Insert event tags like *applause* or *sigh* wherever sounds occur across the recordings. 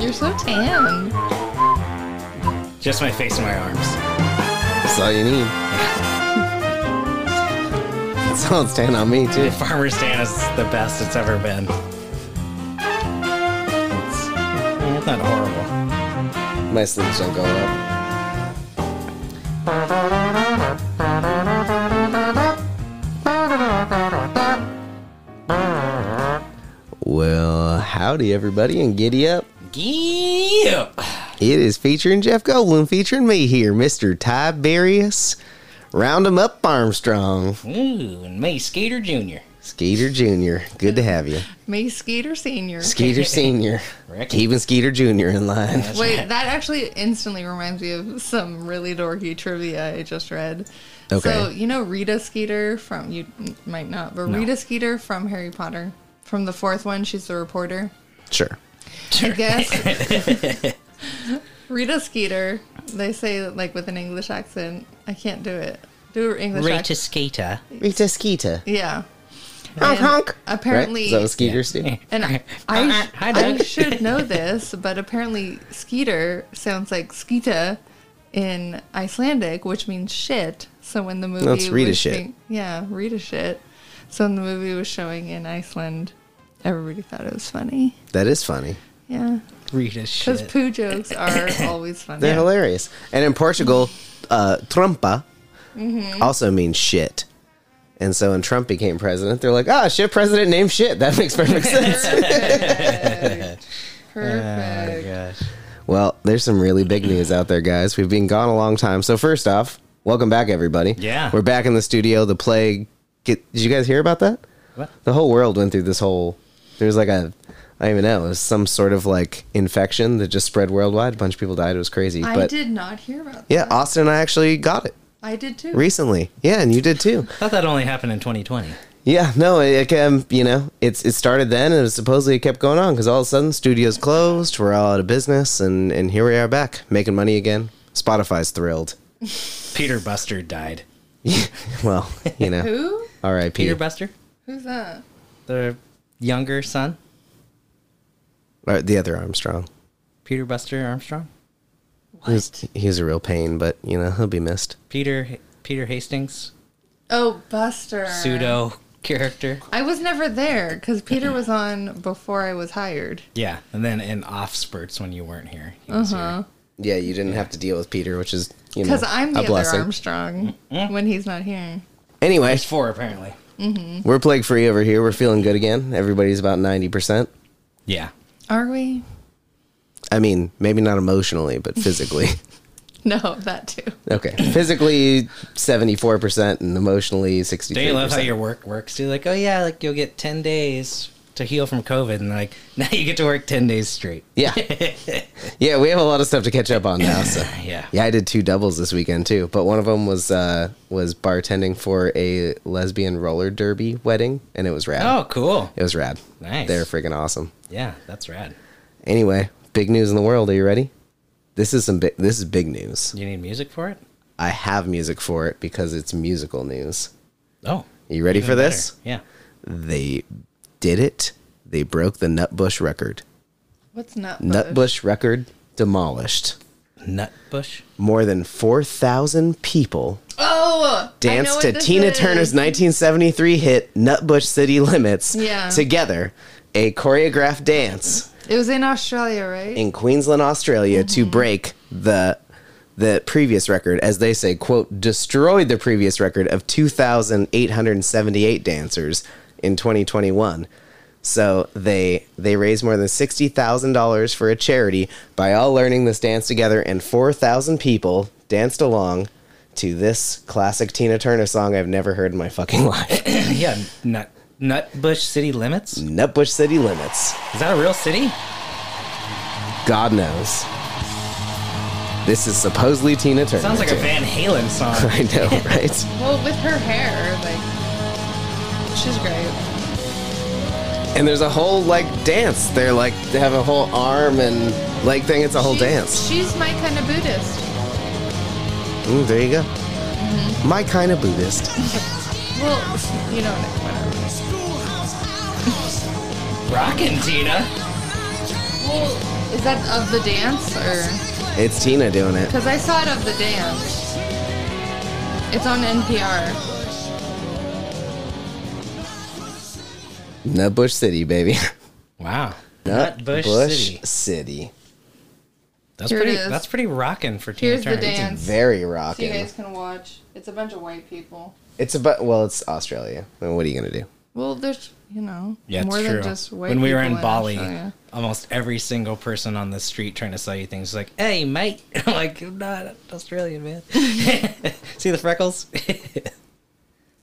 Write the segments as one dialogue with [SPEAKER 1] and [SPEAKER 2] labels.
[SPEAKER 1] You're so tan.
[SPEAKER 2] Just my face and my arms.
[SPEAKER 3] That's all you need. *laughs* That's all it's staying on me, too.
[SPEAKER 2] The farmer's tan is the best it's ever been. It's, it's not horrible.
[SPEAKER 3] My sleeves don't go up. Well, howdy, everybody, and giddy up.
[SPEAKER 2] Yeah.
[SPEAKER 3] It is featuring Jeff Goldblum, featuring me here, Mr. Tiberius. Round 'em up, Armstrong.
[SPEAKER 2] Ooh, and May Skater Jr.
[SPEAKER 3] Skeeter Jr., good to have you.
[SPEAKER 1] May Skeeter Senior.
[SPEAKER 3] Skeeter Sr.,
[SPEAKER 2] Rick.
[SPEAKER 3] keeping Skeeter Jr. in line.
[SPEAKER 1] Wait, that actually instantly reminds me of some really dorky trivia I just read.
[SPEAKER 3] Okay.
[SPEAKER 1] So you know Rita Skeeter from you might not, but Rita Skeeter from Harry Potter, from the fourth one, she's the reporter.
[SPEAKER 3] Sure.
[SPEAKER 1] I guess. Rita Skeeter. They say it, like with an English accent. I can't do it. Do an English
[SPEAKER 2] Rita
[SPEAKER 1] accent.
[SPEAKER 2] Skater.
[SPEAKER 3] Rita Skeeter.
[SPEAKER 1] Yeah.
[SPEAKER 3] Honk,
[SPEAKER 1] And
[SPEAKER 3] honk.
[SPEAKER 1] Apparently,
[SPEAKER 3] Right? Is that what Skeeters do?
[SPEAKER 1] And I, I, sh-
[SPEAKER 2] Hi,
[SPEAKER 1] I
[SPEAKER 2] Doug. *laughs*
[SPEAKER 1] should know this, but apparently Skeeter sounds like Skeeta in Icelandic, which means shit. So when the movie
[SPEAKER 3] it's Rita
[SPEAKER 1] was
[SPEAKER 3] shit.
[SPEAKER 1] being- yeah, read a shit. So when the movie was showing in Iceland, everybody thought it was funny.
[SPEAKER 3] That is funny.
[SPEAKER 1] Yeah,
[SPEAKER 2] Rita
[SPEAKER 1] because
[SPEAKER 2] shit.
[SPEAKER 1] poo jokes
[SPEAKER 2] *coughs*
[SPEAKER 1] are always funny. *laughs*
[SPEAKER 3] They're hilarious. And in Portugal, uh, Trumpa
[SPEAKER 1] Mm-hmm.
[SPEAKER 3] also means shit. And so when Trump became president, they're like, ah, shit president named shit. That makes
[SPEAKER 1] *laughs*
[SPEAKER 3] perfect sense.
[SPEAKER 2] Oh,
[SPEAKER 1] Perfect.
[SPEAKER 2] Gosh.
[SPEAKER 3] well, there's some really big news out there, guys. We've been gone a long time. So, first off, welcome back, everybody.
[SPEAKER 2] Yeah.
[SPEAKER 3] We're back in the studio. The plague. Get, did you guys hear about that?
[SPEAKER 2] What?
[SPEAKER 3] The whole world went through this whole. There was like a. I don't even know. It was some sort of like infection that just spread worldwide. A bunch of people died. It was crazy.
[SPEAKER 1] I
[SPEAKER 3] but
[SPEAKER 1] did not hear about
[SPEAKER 3] yeah,
[SPEAKER 2] uh,
[SPEAKER 1] that.
[SPEAKER 3] Austin and I actually got it.
[SPEAKER 1] I did too.
[SPEAKER 3] recently. Yeah, and you did too.
[SPEAKER 2] I thought that only happened in 2020.
[SPEAKER 3] Yeah, no, it, it um, you know, it's it started then, and it supposedly kept going on because all of a sudden studios closed, we're all out of business, and and here we are back making money again. Spotify's thrilled. *laughs*
[SPEAKER 2] Peter Buster died.
[SPEAKER 3] Well, you
[SPEAKER 1] *laughs*
[SPEAKER 3] know,
[SPEAKER 1] Who?
[SPEAKER 3] R.I.P.
[SPEAKER 2] Peter Buster?
[SPEAKER 1] Who's that?
[SPEAKER 2] The younger son?
[SPEAKER 3] Or the other Armstrong.
[SPEAKER 2] Peter Buster Armstrong?
[SPEAKER 3] He's, he's a real pain, but you know he'll be missed.
[SPEAKER 2] Peter Peter Hastings?
[SPEAKER 1] Oh, Buster.
[SPEAKER 2] Pseudo character?
[SPEAKER 1] I was never there because Peter was on before I was hired.
[SPEAKER 2] Yeah, and then in off spurts when you weren't here. He was
[SPEAKER 1] Uh-huh.
[SPEAKER 3] Yeah, you didn't have to deal with Peter, which is you know
[SPEAKER 1] Because I'm the
[SPEAKER 3] a
[SPEAKER 1] other
[SPEAKER 3] blessing.
[SPEAKER 1] Armstrong when he's not here.
[SPEAKER 3] Anyway,
[SPEAKER 2] There's four apparently.
[SPEAKER 3] we're plague free over here. We're feeling good again. Everybody's about ninety percent.
[SPEAKER 2] Yeah.
[SPEAKER 1] Are we? *laughs*
[SPEAKER 3] I mean, maybe not emotionally, but
[SPEAKER 1] *laughs*
[SPEAKER 3] physically.
[SPEAKER 1] No, that too.
[SPEAKER 3] Okay. Physically, 74% and emotionally, 63%.
[SPEAKER 2] Don't you love how your work works? You're like, oh yeah, like you'll get ten days to heal from COVID, and like *laughs* now you get to work ten days straight.
[SPEAKER 3] yeah.
[SPEAKER 2] *laughs*
[SPEAKER 3] yeah, we have a lot of stuff to catch up on now. So.
[SPEAKER 2] Yeah.
[SPEAKER 3] Yeah, I did two doubles this weekend too, but one of them was uh, was bartending for a lesbian roller derby wedding, and it was rad.
[SPEAKER 2] Oh, cool.
[SPEAKER 3] It was rad.
[SPEAKER 2] Nice.
[SPEAKER 3] They're freaking awesome.
[SPEAKER 2] Yeah, that's rad.
[SPEAKER 3] Anyway, big news in the world. Are you ready? This is some big. This is big news.
[SPEAKER 2] You need music for it?
[SPEAKER 3] I have music for it because it's musical news.
[SPEAKER 2] Oh.
[SPEAKER 3] You ready
[SPEAKER 2] even
[SPEAKER 3] for this?
[SPEAKER 2] better. Yeah.
[SPEAKER 3] They did it. They broke the Nutbush record.
[SPEAKER 1] What's Nutbush?
[SPEAKER 3] Nutbush record demolished.
[SPEAKER 2] Nutbush.
[SPEAKER 3] More than 4,000 people
[SPEAKER 1] Oh! I know
[SPEAKER 3] danced
[SPEAKER 1] what
[SPEAKER 3] to
[SPEAKER 1] this
[SPEAKER 3] Tina
[SPEAKER 1] is.
[SPEAKER 3] Turner's 1973 hit Nutbush City Limits
[SPEAKER 1] Yeah.
[SPEAKER 3] together, a choreographed dance
[SPEAKER 1] It was in Australia, right?
[SPEAKER 3] in Queensland, Australia to break the the previous record as they say quote destroyed the previous record of 2878 dancers in 2021 so they they raised more than $60000 for a charity by all learning this dance together and 4000 people danced along to this classic tina turner song i've never heard in my fucking *laughs* life
[SPEAKER 2] *clears throat* yeah. Nut Nutbush City Limits. Is
[SPEAKER 3] nutbush city limits
[SPEAKER 2] that a real city?
[SPEAKER 3] god knows this is supposedly tina turner
[SPEAKER 2] Sounds like a
[SPEAKER 3] too.
[SPEAKER 2] Van Halen song.
[SPEAKER 3] *laughs*
[SPEAKER 2] *laughs*
[SPEAKER 3] I know, right?
[SPEAKER 1] Well, with her hair, like, she's great.
[SPEAKER 3] and there's a whole like dance. They're like they have a whole arm and leg thing. It's a whole
[SPEAKER 1] She's-
[SPEAKER 3] dance.
[SPEAKER 1] She's my kind of Buddhist.
[SPEAKER 3] Mm, there you go.
[SPEAKER 2] Mm-hmm.
[SPEAKER 3] My kind of Buddhist.
[SPEAKER 1] Well, you know, whatever.
[SPEAKER 2] Rockin' Tina.
[SPEAKER 1] Well, is that of the dance or?
[SPEAKER 3] It's Tina doing it.
[SPEAKER 1] Because I saw it of the dance. It's on NPR.
[SPEAKER 3] Nut Bush City, baby. *laughs*
[SPEAKER 2] Wow.
[SPEAKER 3] Nut
[SPEAKER 2] Bush, City.
[SPEAKER 3] City.
[SPEAKER 2] That's
[SPEAKER 1] Here it
[SPEAKER 2] pretty.
[SPEAKER 1] is.
[SPEAKER 2] That's pretty rockin' for Tina
[SPEAKER 1] Here's the
[SPEAKER 2] Turner.
[SPEAKER 1] dance.
[SPEAKER 3] Very
[SPEAKER 1] So you
[SPEAKER 3] rocking.
[SPEAKER 1] guys can watch. It's a bunch of white people.
[SPEAKER 3] It's about well, it's Australia. Then what are you gonna do?
[SPEAKER 1] Well, there's you know
[SPEAKER 2] Yeah, it's
[SPEAKER 1] more
[SPEAKER 2] true.
[SPEAKER 1] than just white.
[SPEAKER 2] when we were
[SPEAKER 1] people
[SPEAKER 2] in, Bali,
[SPEAKER 1] Australia.
[SPEAKER 2] almost every single person on the street trying to sell you things is like, "Hey, mate!" *laughs* I'm like, "I'm not
[SPEAKER 1] *laughs*
[SPEAKER 2] Australian, man. *laughs* See the freckles? *laughs*
[SPEAKER 3] But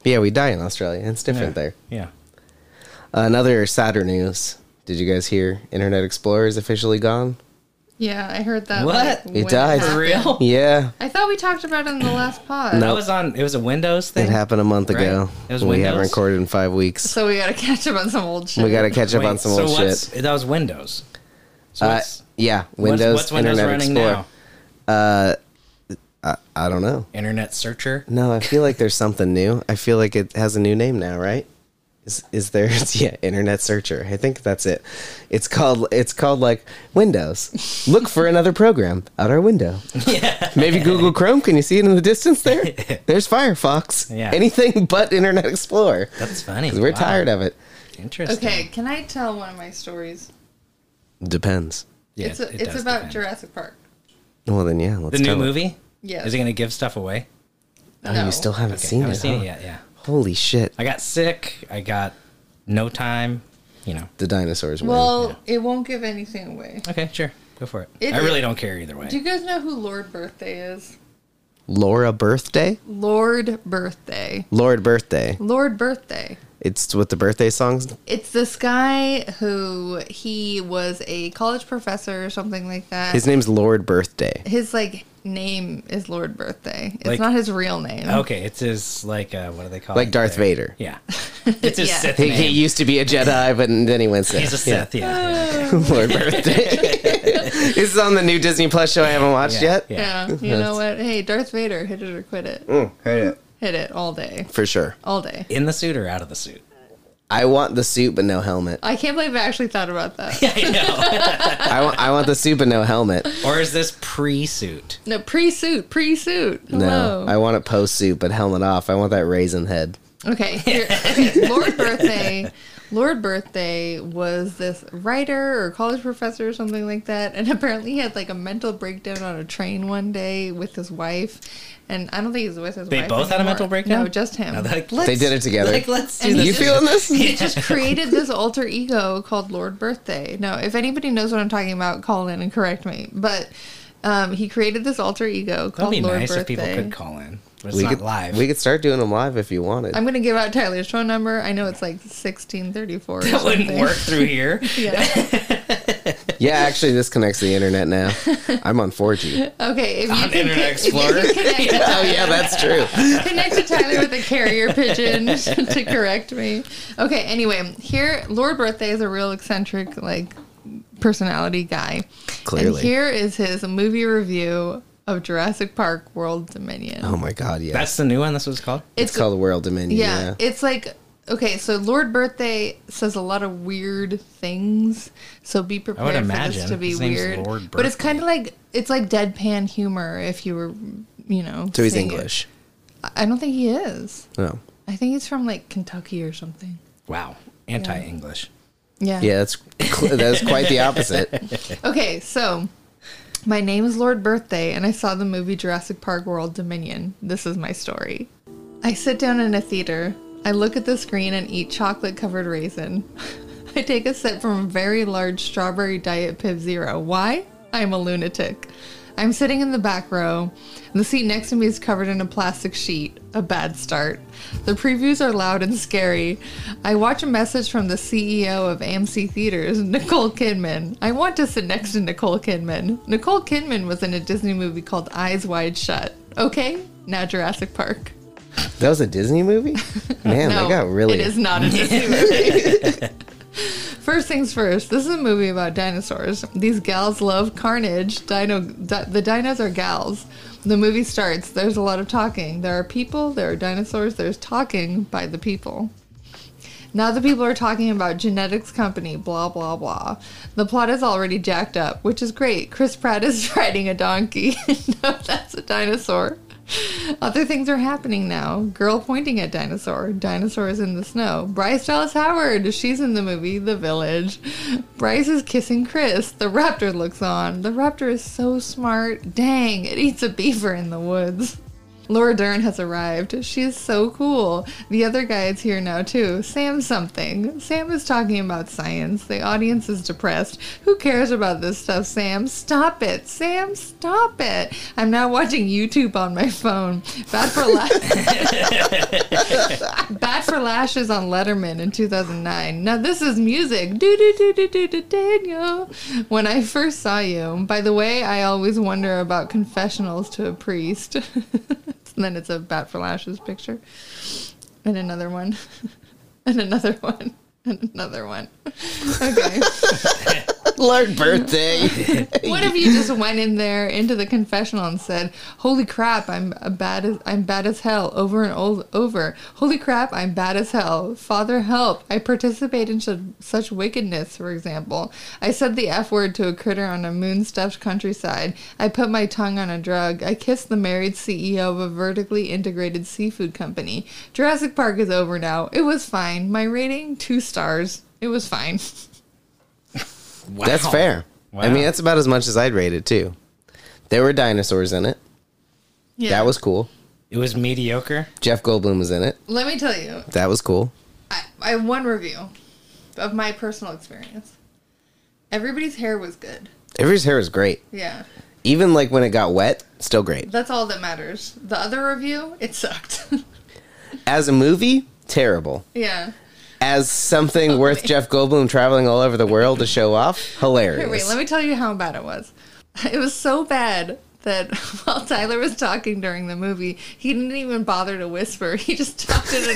[SPEAKER 3] yeah, we die in Australia. It's different there.
[SPEAKER 2] Yeah.
[SPEAKER 3] Another sadder news. Did you guys hear Internet Explorer is officially gone?
[SPEAKER 1] yeah, I heard that.
[SPEAKER 2] What?
[SPEAKER 1] like,
[SPEAKER 2] It
[SPEAKER 1] when
[SPEAKER 3] died. For
[SPEAKER 1] happened.
[SPEAKER 2] real?
[SPEAKER 3] Yeah,
[SPEAKER 1] I thought we talked about it in the
[SPEAKER 3] *laughs*
[SPEAKER 1] last pod.
[SPEAKER 2] That
[SPEAKER 3] No.
[SPEAKER 2] was on. It was a Windows thing.
[SPEAKER 3] it happened a month ago.
[SPEAKER 2] It was
[SPEAKER 3] we haven't
[SPEAKER 2] Windows?
[SPEAKER 3] recorded in five weeks.
[SPEAKER 1] So we gotta *laughs* catch up on some old shit.
[SPEAKER 3] We gotta catch up
[SPEAKER 2] Wait,
[SPEAKER 3] on some
[SPEAKER 2] so
[SPEAKER 3] old
[SPEAKER 2] what's,
[SPEAKER 3] shit.
[SPEAKER 2] That was Windows. So
[SPEAKER 3] Uh,
[SPEAKER 2] what's-
[SPEAKER 3] yeah,
[SPEAKER 2] what's-
[SPEAKER 3] Windows,
[SPEAKER 2] what's Windows
[SPEAKER 3] Internet
[SPEAKER 2] running
[SPEAKER 3] Explorer.
[SPEAKER 2] now?
[SPEAKER 3] I don't know.
[SPEAKER 2] Internet searcher.
[SPEAKER 3] No, I feel like there's something new. I feel like it has a new name now, right? Is is there? *laughs* Yeah, Internet Searcher. I think that's it. It's called it's called like Windows. Look for another program out our window.
[SPEAKER 2] *laughs* yeah.
[SPEAKER 3] Maybe Google Chrome. Can you see it in the distance there?
[SPEAKER 2] *laughs*
[SPEAKER 3] There's Firefox.
[SPEAKER 2] Yeah.
[SPEAKER 3] Anything *laughs* but Internet Explorer.
[SPEAKER 2] That's funny.
[SPEAKER 3] 'Cause we're
[SPEAKER 2] Wow.
[SPEAKER 3] tired of it.
[SPEAKER 2] Interesting.
[SPEAKER 1] Okay, can I tell one of my stories?
[SPEAKER 3] Depends.
[SPEAKER 2] Yeah,
[SPEAKER 1] it's a,
[SPEAKER 2] it
[SPEAKER 1] it's
[SPEAKER 2] does
[SPEAKER 1] about
[SPEAKER 2] depend.
[SPEAKER 1] Jurassic Park.
[SPEAKER 3] Well then, yeah.
[SPEAKER 2] the
[SPEAKER 3] Let's
[SPEAKER 2] new
[SPEAKER 3] tell it.
[SPEAKER 2] movie.
[SPEAKER 1] Yes.
[SPEAKER 2] Is it going to give stuff away?
[SPEAKER 3] Oh,
[SPEAKER 1] No.
[SPEAKER 3] you still haven't
[SPEAKER 2] Okay,
[SPEAKER 3] seen,
[SPEAKER 2] haven't
[SPEAKER 3] it,
[SPEAKER 2] seen
[SPEAKER 3] huh?
[SPEAKER 2] it yet. Yeah.
[SPEAKER 3] Holy shit!
[SPEAKER 2] I got sick. I got no time. You know.
[SPEAKER 3] The dinosaurs. win.
[SPEAKER 1] Well, it won't give anything away.
[SPEAKER 2] Okay, sure. Go for it.
[SPEAKER 1] It-
[SPEAKER 2] I really don't care either way.
[SPEAKER 1] Do you guys know who Lord Birthday is?
[SPEAKER 3] Laura Birthday.
[SPEAKER 1] Lord Birthday.
[SPEAKER 3] Lord Birthday.
[SPEAKER 1] Lord Birthday.
[SPEAKER 3] It's what the birthday songs
[SPEAKER 1] It's this guy who he was a college professor or something like that.
[SPEAKER 3] His name's Lord Birthday.
[SPEAKER 1] His, like name is Lord Birthday. It's
[SPEAKER 2] Like-
[SPEAKER 1] not his real name.
[SPEAKER 2] okay, it's his like uh, what do they call it?
[SPEAKER 3] Like Darth
[SPEAKER 2] Their-
[SPEAKER 3] Vader.
[SPEAKER 1] *laughs*
[SPEAKER 2] Yeah. It's his
[SPEAKER 1] Yeah.
[SPEAKER 2] Sith
[SPEAKER 3] He, he
[SPEAKER 2] name.
[SPEAKER 3] used to be a Jedi, but then he went Sith.
[SPEAKER 2] He's a Sith. Yeah. yeah.
[SPEAKER 3] Yeah. *laughs* Lord Birthday. *laughs* this is on the new Disney Plus show I haven't watched
[SPEAKER 2] Yeah,
[SPEAKER 3] yet.
[SPEAKER 2] yeah.
[SPEAKER 1] Oh, Yeah. You know what? Hey, Darth Vader, hit it or quit it. Mm, Hit it all day.
[SPEAKER 3] For sure.
[SPEAKER 1] All day.
[SPEAKER 2] In the suit or out of the suit?
[SPEAKER 3] I want the suit but no helmet.
[SPEAKER 1] I can't believe I actually thought about that.
[SPEAKER 2] I know.
[SPEAKER 3] I want I want the suit but no helmet.
[SPEAKER 2] or is this pre-suit?
[SPEAKER 1] No, pre suit, pre suit.
[SPEAKER 3] No.
[SPEAKER 1] Hello.
[SPEAKER 3] I want it post suit but helmet off. I want that raisin head.
[SPEAKER 2] *laughs*
[SPEAKER 1] okay, here- okay, Lord Birthday. Lord Birthday was this writer or college professor or something like that, and apparently he had like a mental breakdown on a train one day with his wife, and I don't think he's with his
[SPEAKER 2] They
[SPEAKER 1] wife.
[SPEAKER 2] both had a
[SPEAKER 1] anymore.
[SPEAKER 2] mental breakdown?
[SPEAKER 1] No, just him. *laughs*
[SPEAKER 2] Now, like, let's-
[SPEAKER 3] They did it together.
[SPEAKER 2] Like, let's do
[SPEAKER 1] And
[SPEAKER 2] this.
[SPEAKER 1] he
[SPEAKER 3] you
[SPEAKER 1] just-
[SPEAKER 2] *laughs*
[SPEAKER 3] feeling this?
[SPEAKER 1] He just created this alter ego called Lord Birthday. Now, if anybody knows what I'm talking about, call in and correct me. But um, he created this alter ego
[SPEAKER 2] That'd
[SPEAKER 1] called
[SPEAKER 2] be
[SPEAKER 1] Lord
[SPEAKER 2] nice if
[SPEAKER 1] Birthday.
[SPEAKER 2] people could call in. But it's
[SPEAKER 3] We
[SPEAKER 2] not
[SPEAKER 3] could
[SPEAKER 2] live.
[SPEAKER 3] We could start doing them live if you wanted.
[SPEAKER 1] I'm gonna give out Tyler's phone number. I know it's like 1634. or
[SPEAKER 2] *laughs* that wouldn't
[SPEAKER 1] something. *laughs*
[SPEAKER 2] work through here. *laughs*
[SPEAKER 1] Yeah.
[SPEAKER 3] yeah, actually this connects to the internet now. I'm on 4G.
[SPEAKER 1] Okay. If you
[SPEAKER 2] On
[SPEAKER 1] can
[SPEAKER 2] Internet
[SPEAKER 1] get-
[SPEAKER 2] Explorer.
[SPEAKER 1] if you connect,
[SPEAKER 2] *laughs*
[SPEAKER 1] to,
[SPEAKER 3] Oh yeah, that's true.
[SPEAKER 1] connect to Tyler with a carrier pigeon *laughs* to correct me. Okay. Anyway, here Lord Birthday is a real eccentric like personality guy. And
[SPEAKER 3] Clearly.
[SPEAKER 1] here is his movie review of Jurassic Park World Dominion.
[SPEAKER 3] Oh my god, yeah.
[SPEAKER 2] That's the new one. That's what it's called.
[SPEAKER 3] it's, called World Dominion.
[SPEAKER 1] Yeah,
[SPEAKER 3] yeah.
[SPEAKER 1] It's like okay, so Lord Birthday says a lot of weird things, so be prepared for this
[SPEAKER 2] imagine.
[SPEAKER 1] to be
[SPEAKER 2] His name's
[SPEAKER 1] weird.
[SPEAKER 2] Lord
[SPEAKER 1] but it's
[SPEAKER 2] Birthday.
[SPEAKER 1] kind of like it's like deadpan humor if you were, you know.
[SPEAKER 3] So he's
[SPEAKER 1] seeing it.
[SPEAKER 3] English. Oh.
[SPEAKER 1] I- I don't think he is.
[SPEAKER 3] No.
[SPEAKER 1] I think he's from like Kentucky or something.
[SPEAKER 2] Wow. Anti-English.
[SPEAKER 1] Yeah.
[SPEAKER 3] Yeah, that's cl- that's quite
[SPEAKER 1] *laughs*
[SPEAKER 3] the opposite.
[SPEAKER 1] Okay, so my name is Lord Birthday, and I saw the movie Jurassic Park World Dominion. This is my story. I sit down in a theater. I look at the screen and eat chocolate covered raisin. *laughs* I take a sip from a very large strawberry diet Piv Zero. Why? I'm a lunatic. I'm sitting in the back row. The seat next to me is covered in a plastic sheet. A bad start. The previews are loud and scary. I watch a message from the CEO of AMC Theaters, Nicole Kidman. I want to sit next to Nicole Kidman. Nicole Kidman was in a Disney movie called Eyes Wide Shut. Okay, now Jurassic Park.
[SPEAKER 3] That was a Disney movie? Man,
[SPEAKER 1] No,
[SPEAKER 3] they got really.
[SPEAKER 1] It
[SPEAKER 3] *laughs*
[SPEAKER 1] is not a Disney movie. First things first, this is a movie about dinosaurs. These gals love carnage. Dino, di- the dinos are gals. The movie starts. There's a lot of talking. There are people, there are dinosaurs, there's talking by the people. Now that people are talking about genetics company, blah, blah, blah. The plot is already jacked up, which is great. Chris Pratt is *laughs* riding a donkey. *laughs* no, that's a dinosaur. Other things are happening now. Girl pointing at dinosaur. Dinosaurs in the snow. Bryce Dallas Howard. She's in the movie The Village. Bryce is kissing Chris. The raptor looks on. The raptor is so smart. Dang, it eats a beaver in the woods. Laura Dern has arrived. She is so cool. The other guy is here now too. Sam something. Sam is talking about science. The audience is depressed. Who cares about this stuff, Sam? Stop it. Sam, stop it. I'm now watching YouTube on my phone. Bad for lash. Bad for lashes on Letterman in 2009. Now this is music. Do do do do do do Daniel. When I first saw you. By the way, I always wonder about confessionals to a priest. *laughs* And then it's a bat for lashes picture. And another one. *laughs* and another one. And another one. *laughs* Okay. *laughs*
[SPEAKER 3] Lord birthday.
[SPEAKER 1] what if you just went in there into the confessional and said, "Holy crap, I'm a bad as I'm bad as hell over and old, over. Holy crap, I'm bad as hell. Father help. I participate in su- such wickedness, for example. I said the F word to a critter on a moon-stuffed countryside. I put my tongue on a drug. I kissed the married CEO of a vertically integrated seafood company. Jurassic Park is over now. It was fine. My rating 2 stars. It was fine."
[SPEAKER 2] Wow.
[SPEAKER 3] That's fair. I mean,
[SPEAKER 2] Wow.
[SPEAKER 3] that's about as much as I'd rate it too. There were dinosaurs in it.
[SPEAKER 1] Yeah.
[SPEAKER 3] That was cool.
[SPEAKER 2] It was mediocre.
[SPEAKER 3] Jeff Goldblum was in it.
[SPEAKER 1] Let me tell you,
[SPEAKER 3] That was cool.
[SPEAKER 1] I, I have one review of my personal experience. Everybody's hair was good.
[SPEAKER 3] Everybody's hair was great.
[SPEAKER 1] Yeah.
[SPEAKER 3] Even like when it got wet, still great.
[SPEAKER 1] That's all that matters. The other review, it sucked. *laughs*
[SPEAKER 3] As a movie, terrible.
[SPEAKER 1] yeah.
[SPEAKER 3] As something
[SPEAKER 1] *laughs*
[SPEAKER 3] worth
[SPEAKER 1] wait.
[SPEAKER 3] Jeff Goldblum traveling all over the world to show off, hilarious.
[SPEAKER 1] Here, wait, let me tell you how bad it was. *laughs* It was so bad that *laughs* while Tyler was talking during the movie, he didn't even bother to whisper. He just talked in a *laughs*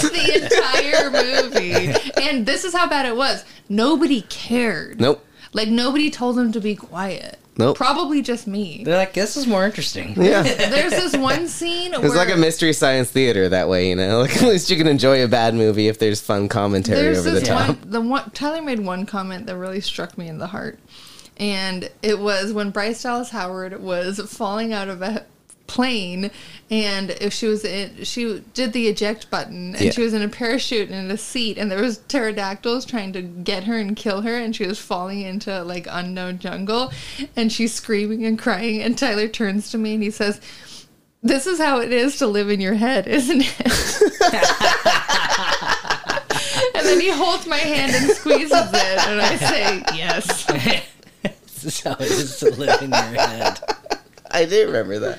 [SPEAKER 1] the entire movie. And this is how bad it was. Nobody cared.
[SPEAKER 3] nope.
[SPEAKER 1] Like nobody told him to be quiet.
[SPEAKER 3] Nope.
[SPEAKER 1] Probably just
[SPEAKER 3] *laughs*
[SPEAKER 1] me.
[SPEAKER 2] They're like, this is more interesting.
[SPEAKER 3] Yeah.
[SPEAKER 1] There's this one scene
[SPEAKER 3] It's
[SPEAKER 1] where
[SPEAKER 3] like a mystery science theater that way, you know. *laughs* Like at least you can enjoy a bad movie if there's fun commentary
[SPEAKER 1] there's
[SPEAKER 3] over the
[SPEAKER 1] this
[SPEAKER 3] top.
[SPEAKER 1] one. The one Tyler made one comment that really struck me in the heart, and it was when Bryce Dallas Howard was falling out of a plane, and if she was in, she did the eject button, and
[SPEAKER 3] Yeah.
[SPEAKER 1] she was in a parachute and in a seat, and there was pterodactyls trying to get her and kill her, and she was falling into like unknown jungle, and she's screaming and crying, and Tyler turns to me and he says. This is how it is to live in your head, isn't it? And then he holds my hand and squeezes it, and *laughs* I say, Yes.
[SPEAKER 2] this is how it is to live in your head.
[SPEAKER 3] I do remember that.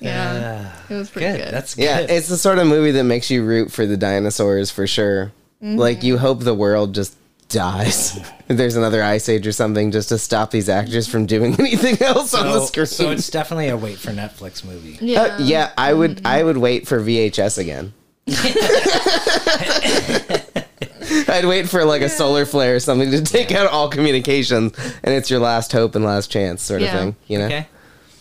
[SPEAKER 1] Yeah. it was pretty
[SPEAKER 2] Good.
[SPEAKER 1] good.
[SPEAKER 2] That's good.
[SPEAKER 3] Yeah, it's the sort of movie that makes you root for the dinosaurs for sure.
[SPEAKER 1] Mm-hmm.
[SPEAKER 3] Like you hope the world just dies. *laughs* There's another ice age or something just to stop these actors from doing *laughs* anything else on the
[SPEAKER 2] so,
[SPEAKER 3] screen.
[SPEAKER 2] so it's definitely a wait for Netflix movie.
[SPEAKER 1] yeah.
[SPEAKER 3] Uh, yeah, I would I would wait for VHS
[SPEAKER 1] *laughs*
[SPEAKER 3] again. I'd wait for like a solar flare or something to take out all communications and it's your last hope and last chance sort
[SPEAKER 1] Yeah.
[SPEAKER 3] of thing, you know?
[SPEAKER 2] Okay.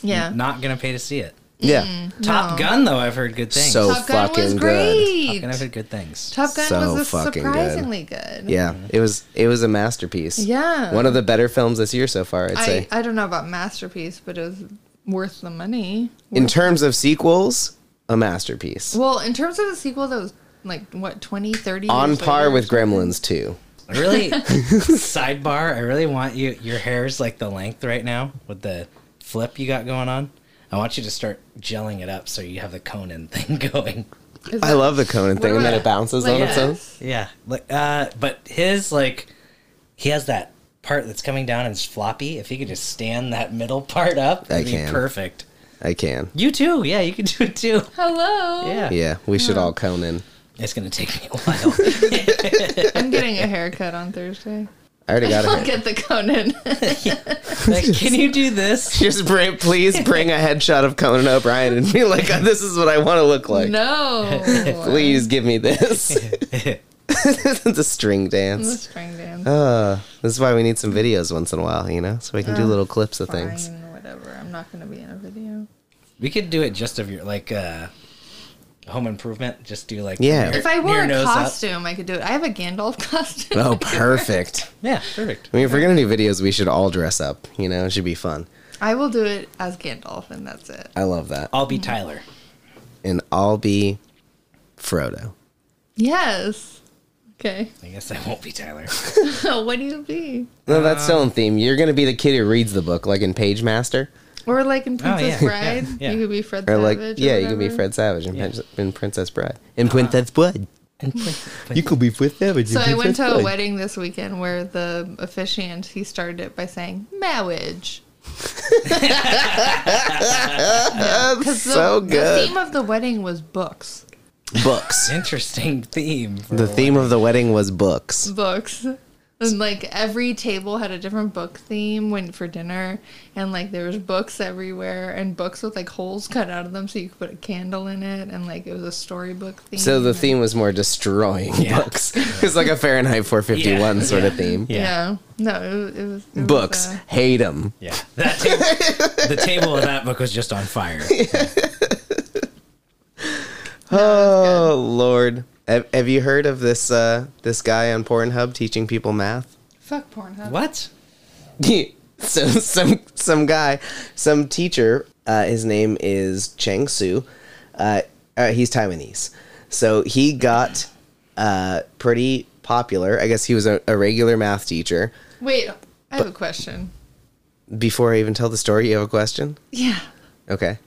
[SPEAKER 1] Yeah.
[SPEAKER 2] Not gonna pay to see it.
[SPEAKER 3] Yeah.
[SPEAKER 1] Mm.
[SPEAKER 2] Top Gun though, I've heard good things.
[SPEAKER 3] So
[SPEAKER 1] Top Gun
[SPEAKER 3] fucking
[SPEAKER 1] was
[SPEAKER 3] good.
[SPEAKER 1] great.
[SPEAKER 2] and I've heard good things.
[SPEAKER 1] Top Gun
[SPEAKER 3] So
[SPEAKER 1] was a
[SPEAKER 3] fucking good.
[SPEAKER 1] surprisingly good.
[SPEAKER 3] Yeah, it was it was a masterpiece.
[SPEAKER 1] Yeah.
[SPEAKER 3] One of the better films this year so far, I'd
[SPEAKER 1] I,
[SPEAKER 3] say.
[SPEAKER 1] I don't know about masterpiece, but it was worth the money.
[SPEAKER 3] in terms of sequels, a masterpiece.
[SPEAKER 1] Well, in terms of the sequel, that was like what 20, 30
[SPEAKER 3] On
[SPEAKER 1] years
[SPEAKER 3] par
[SPEAKER 1] later?
[SPEAKER 3] with Gremlins 2.
[SPEAKER 1] *laughs*
[SPEAKER 2] I really sidebar, I really want you your hair's like the length right now with the flip you got going on. I want you to start gelling it up so you have the Conan *laughs* thing going.
[SPEAKER 1] Is
[SPEAKER 3] I
[SPEAKER 1] that-
[SPEAKER 3] love the Conan thing and then
[SPEAKER 1] about-
[SPEAKER 3] it bounces
[SPEAKER 1] like
[SPEAKER 3] on its own.
[SPEAKER 1] this?
[SPEAKER 2] Yeah. Like uh but his like he has that part that's coming down and it's floppy. If he could just stand that middle part up,
[SPEAKER 3] I
[SPEAKER 2] that'd be
[SPEAKER 3] can.
[SPEAKER 2] perfect.
[SPEAKER 3] I can.
[SPEAKER 2] You too, yeah, you can do
[SPEAKER 1] *laughs*
[SPEAKER 2] it too.
[SPEAKER 1] Hello.
[SPEAKER 2] Yeah.
[SPEAKER 3] Yeah, we should all Conan.
[SPEAKER 2] It's gonna take me a
[SPEAKER 3] *laughs*
[SPEAKER 2] while.
[SPEAKER 1] I'm getting a haircut on Thursday.
[SPEAKER 3] I already
[SPEAKER 1] *laughs*
[SPEAKER 3] got
[SPEAKER 1] I'll
[SPEAKER 3] it.
[SPEAKER 1] get the Conan.
[SPEAKER 2] like, can you do this? *laughs*
[SPEAKER 3] Just bring, please bring a headshot of Conan O'Brien and be like, "Oh, "This is what I want to look *laughs* like."
[SPEAKER 1] no.
[SPEAKER 3] *laughs* Please give me this. *laughs* the string
[SPEAKER 1] The *laughs*
[SPEAKER 3] dance.
[SPEAKER 1] string dance.
[SPEAKER 3] Uh, this is why we need some videos once in a while, you know, so we can do little clips of
[SPEAKER 1] Fine,
[SPEAKER 3] things.
[SPEAKER 1] whatever. I'm not going to be in a video.
[SPEAKER 2] We could do it just of your like uh Home Improvement. Just do like
[SPEAKER 3] Yeah.
[SPEAKER 2] near-
[SPEAKER 1] If I wore
[SPEAKER 2] near
[SPEAKER 1] a
[SPEAKER 2] nose up.
[SPEAKER 1] costume, I could do it. I have a Gandalf *laughs* costume.
[SPEAKER 3] Oh, perfect.
[SPEAKER 2] Yeah, perfect.
[SPEAKER 3] I mean, if we're gonna do videos, we should all dress up. You know, it should be fun.
[SPEAKER 1] I will do it as Gandalf, and that's it.
[SPEAKER 3] I love that.
[SPEAKER 2] I'll be Tyler.
[SPEAKER 3] And I'll be Frodo.
[SPEAKER 1] Yes. Okay. *laughs*
[SPEAKER 2] I guess I won't be Tyler. *laughs*
[SPEAKER 1] what do you be?
[SPEAKER 3] No, that's still in theme. You're gonna be the kid who reads the book, like in Page Master,
[SPEAKER 1] Or like in
[SPEAKER 2] yeah,
[SPEAKER 1] Princess
[SPEAKER 2] Oh, yeah,
[SPEAKER 1] Bride,
[SPEAKER 2] yeah.
[SPEAKER 1] you could be Fred
[SPEAKER 3] or like
[SPEAKER 1] Savage. or
[SPEAKER 3] yeah, you can be
[SPEAKER 1] whatever.
[SPEAKER 3] Fred Savage in, Prin- in Princess Bride. In Princess Bride, you could be Fred Savage. in
[SPEAKER 1] So I went
[SPEAKER 3] Princess
[SPEAKER 1] to a
[SPEAKER 3] Bride.
[SPEAKER 1] wedding this weekend where the officiant he started it by saying
[SPEAKER 3] *laughs*
[SPEAKER 1] marriage. *laughs*
[SPEAKER 3] That's so
[SPEAKER 1] The
[SPEAKER 3] good.
[SPEAKER 1] theme of the wedding was books.
[SPEAKER 3] Books.
[SPEAKER 2] Interesting theme. for
[SPEAKER 3] The
[SPEAKER 2] a
[SPEAKER 3] theme of the wedding was books.
[SPEAKER 1] Books. And like every table had a different book theme when for dinner and like there was books everywhere and books with like holes cut out of them so you could put a candle in it and like it was a storybook theme.
[SPEAKER 3] So the
[SPEAKER 1] and-
[SPEAKER 3] theme was more destroying
[SPEAKER 2] Yeah.
[SPEAKER 3] books. *laughs* it's like a Fahrenheit 451
[SPEAKER 2] Yeah.
[SPEAKER 3] sort of theme.
[SPEAKER 2] Yeah.
[SPEAKER 1] Yeah. No, it, was- it was it was,
[SPEAKER 3] Books,
[SPEAKER 1] uh,
[SPEAKER 3] hate them.
[SPEAKER 2] Yeah, that
[SPEAKER 3] *laughs*
[SPEAKER 2] table, the table of that book was just on fire.
[SPEAKER 3] Oh Lord, have, have you heard of this uh, this guy on Pornhub teaching people math?
[SPEAKER 1] fuck Pornhub.
[SPEAKER 2] What?
[SPEAKER 3] so *laughs* some some guy, some teacher. Uh, his name is Cheng Su. Uh, uh, he's Taiwanese, so he got uh, pretty popular. I guess he was a, a regular math teacher.
[SPEAKER 1] Wait, I have a question.
[SPEAKER 3] Before I even tell the story, you have a question?
[SPEAKER 1] Yeah.
[SPEAKER 3] Okay.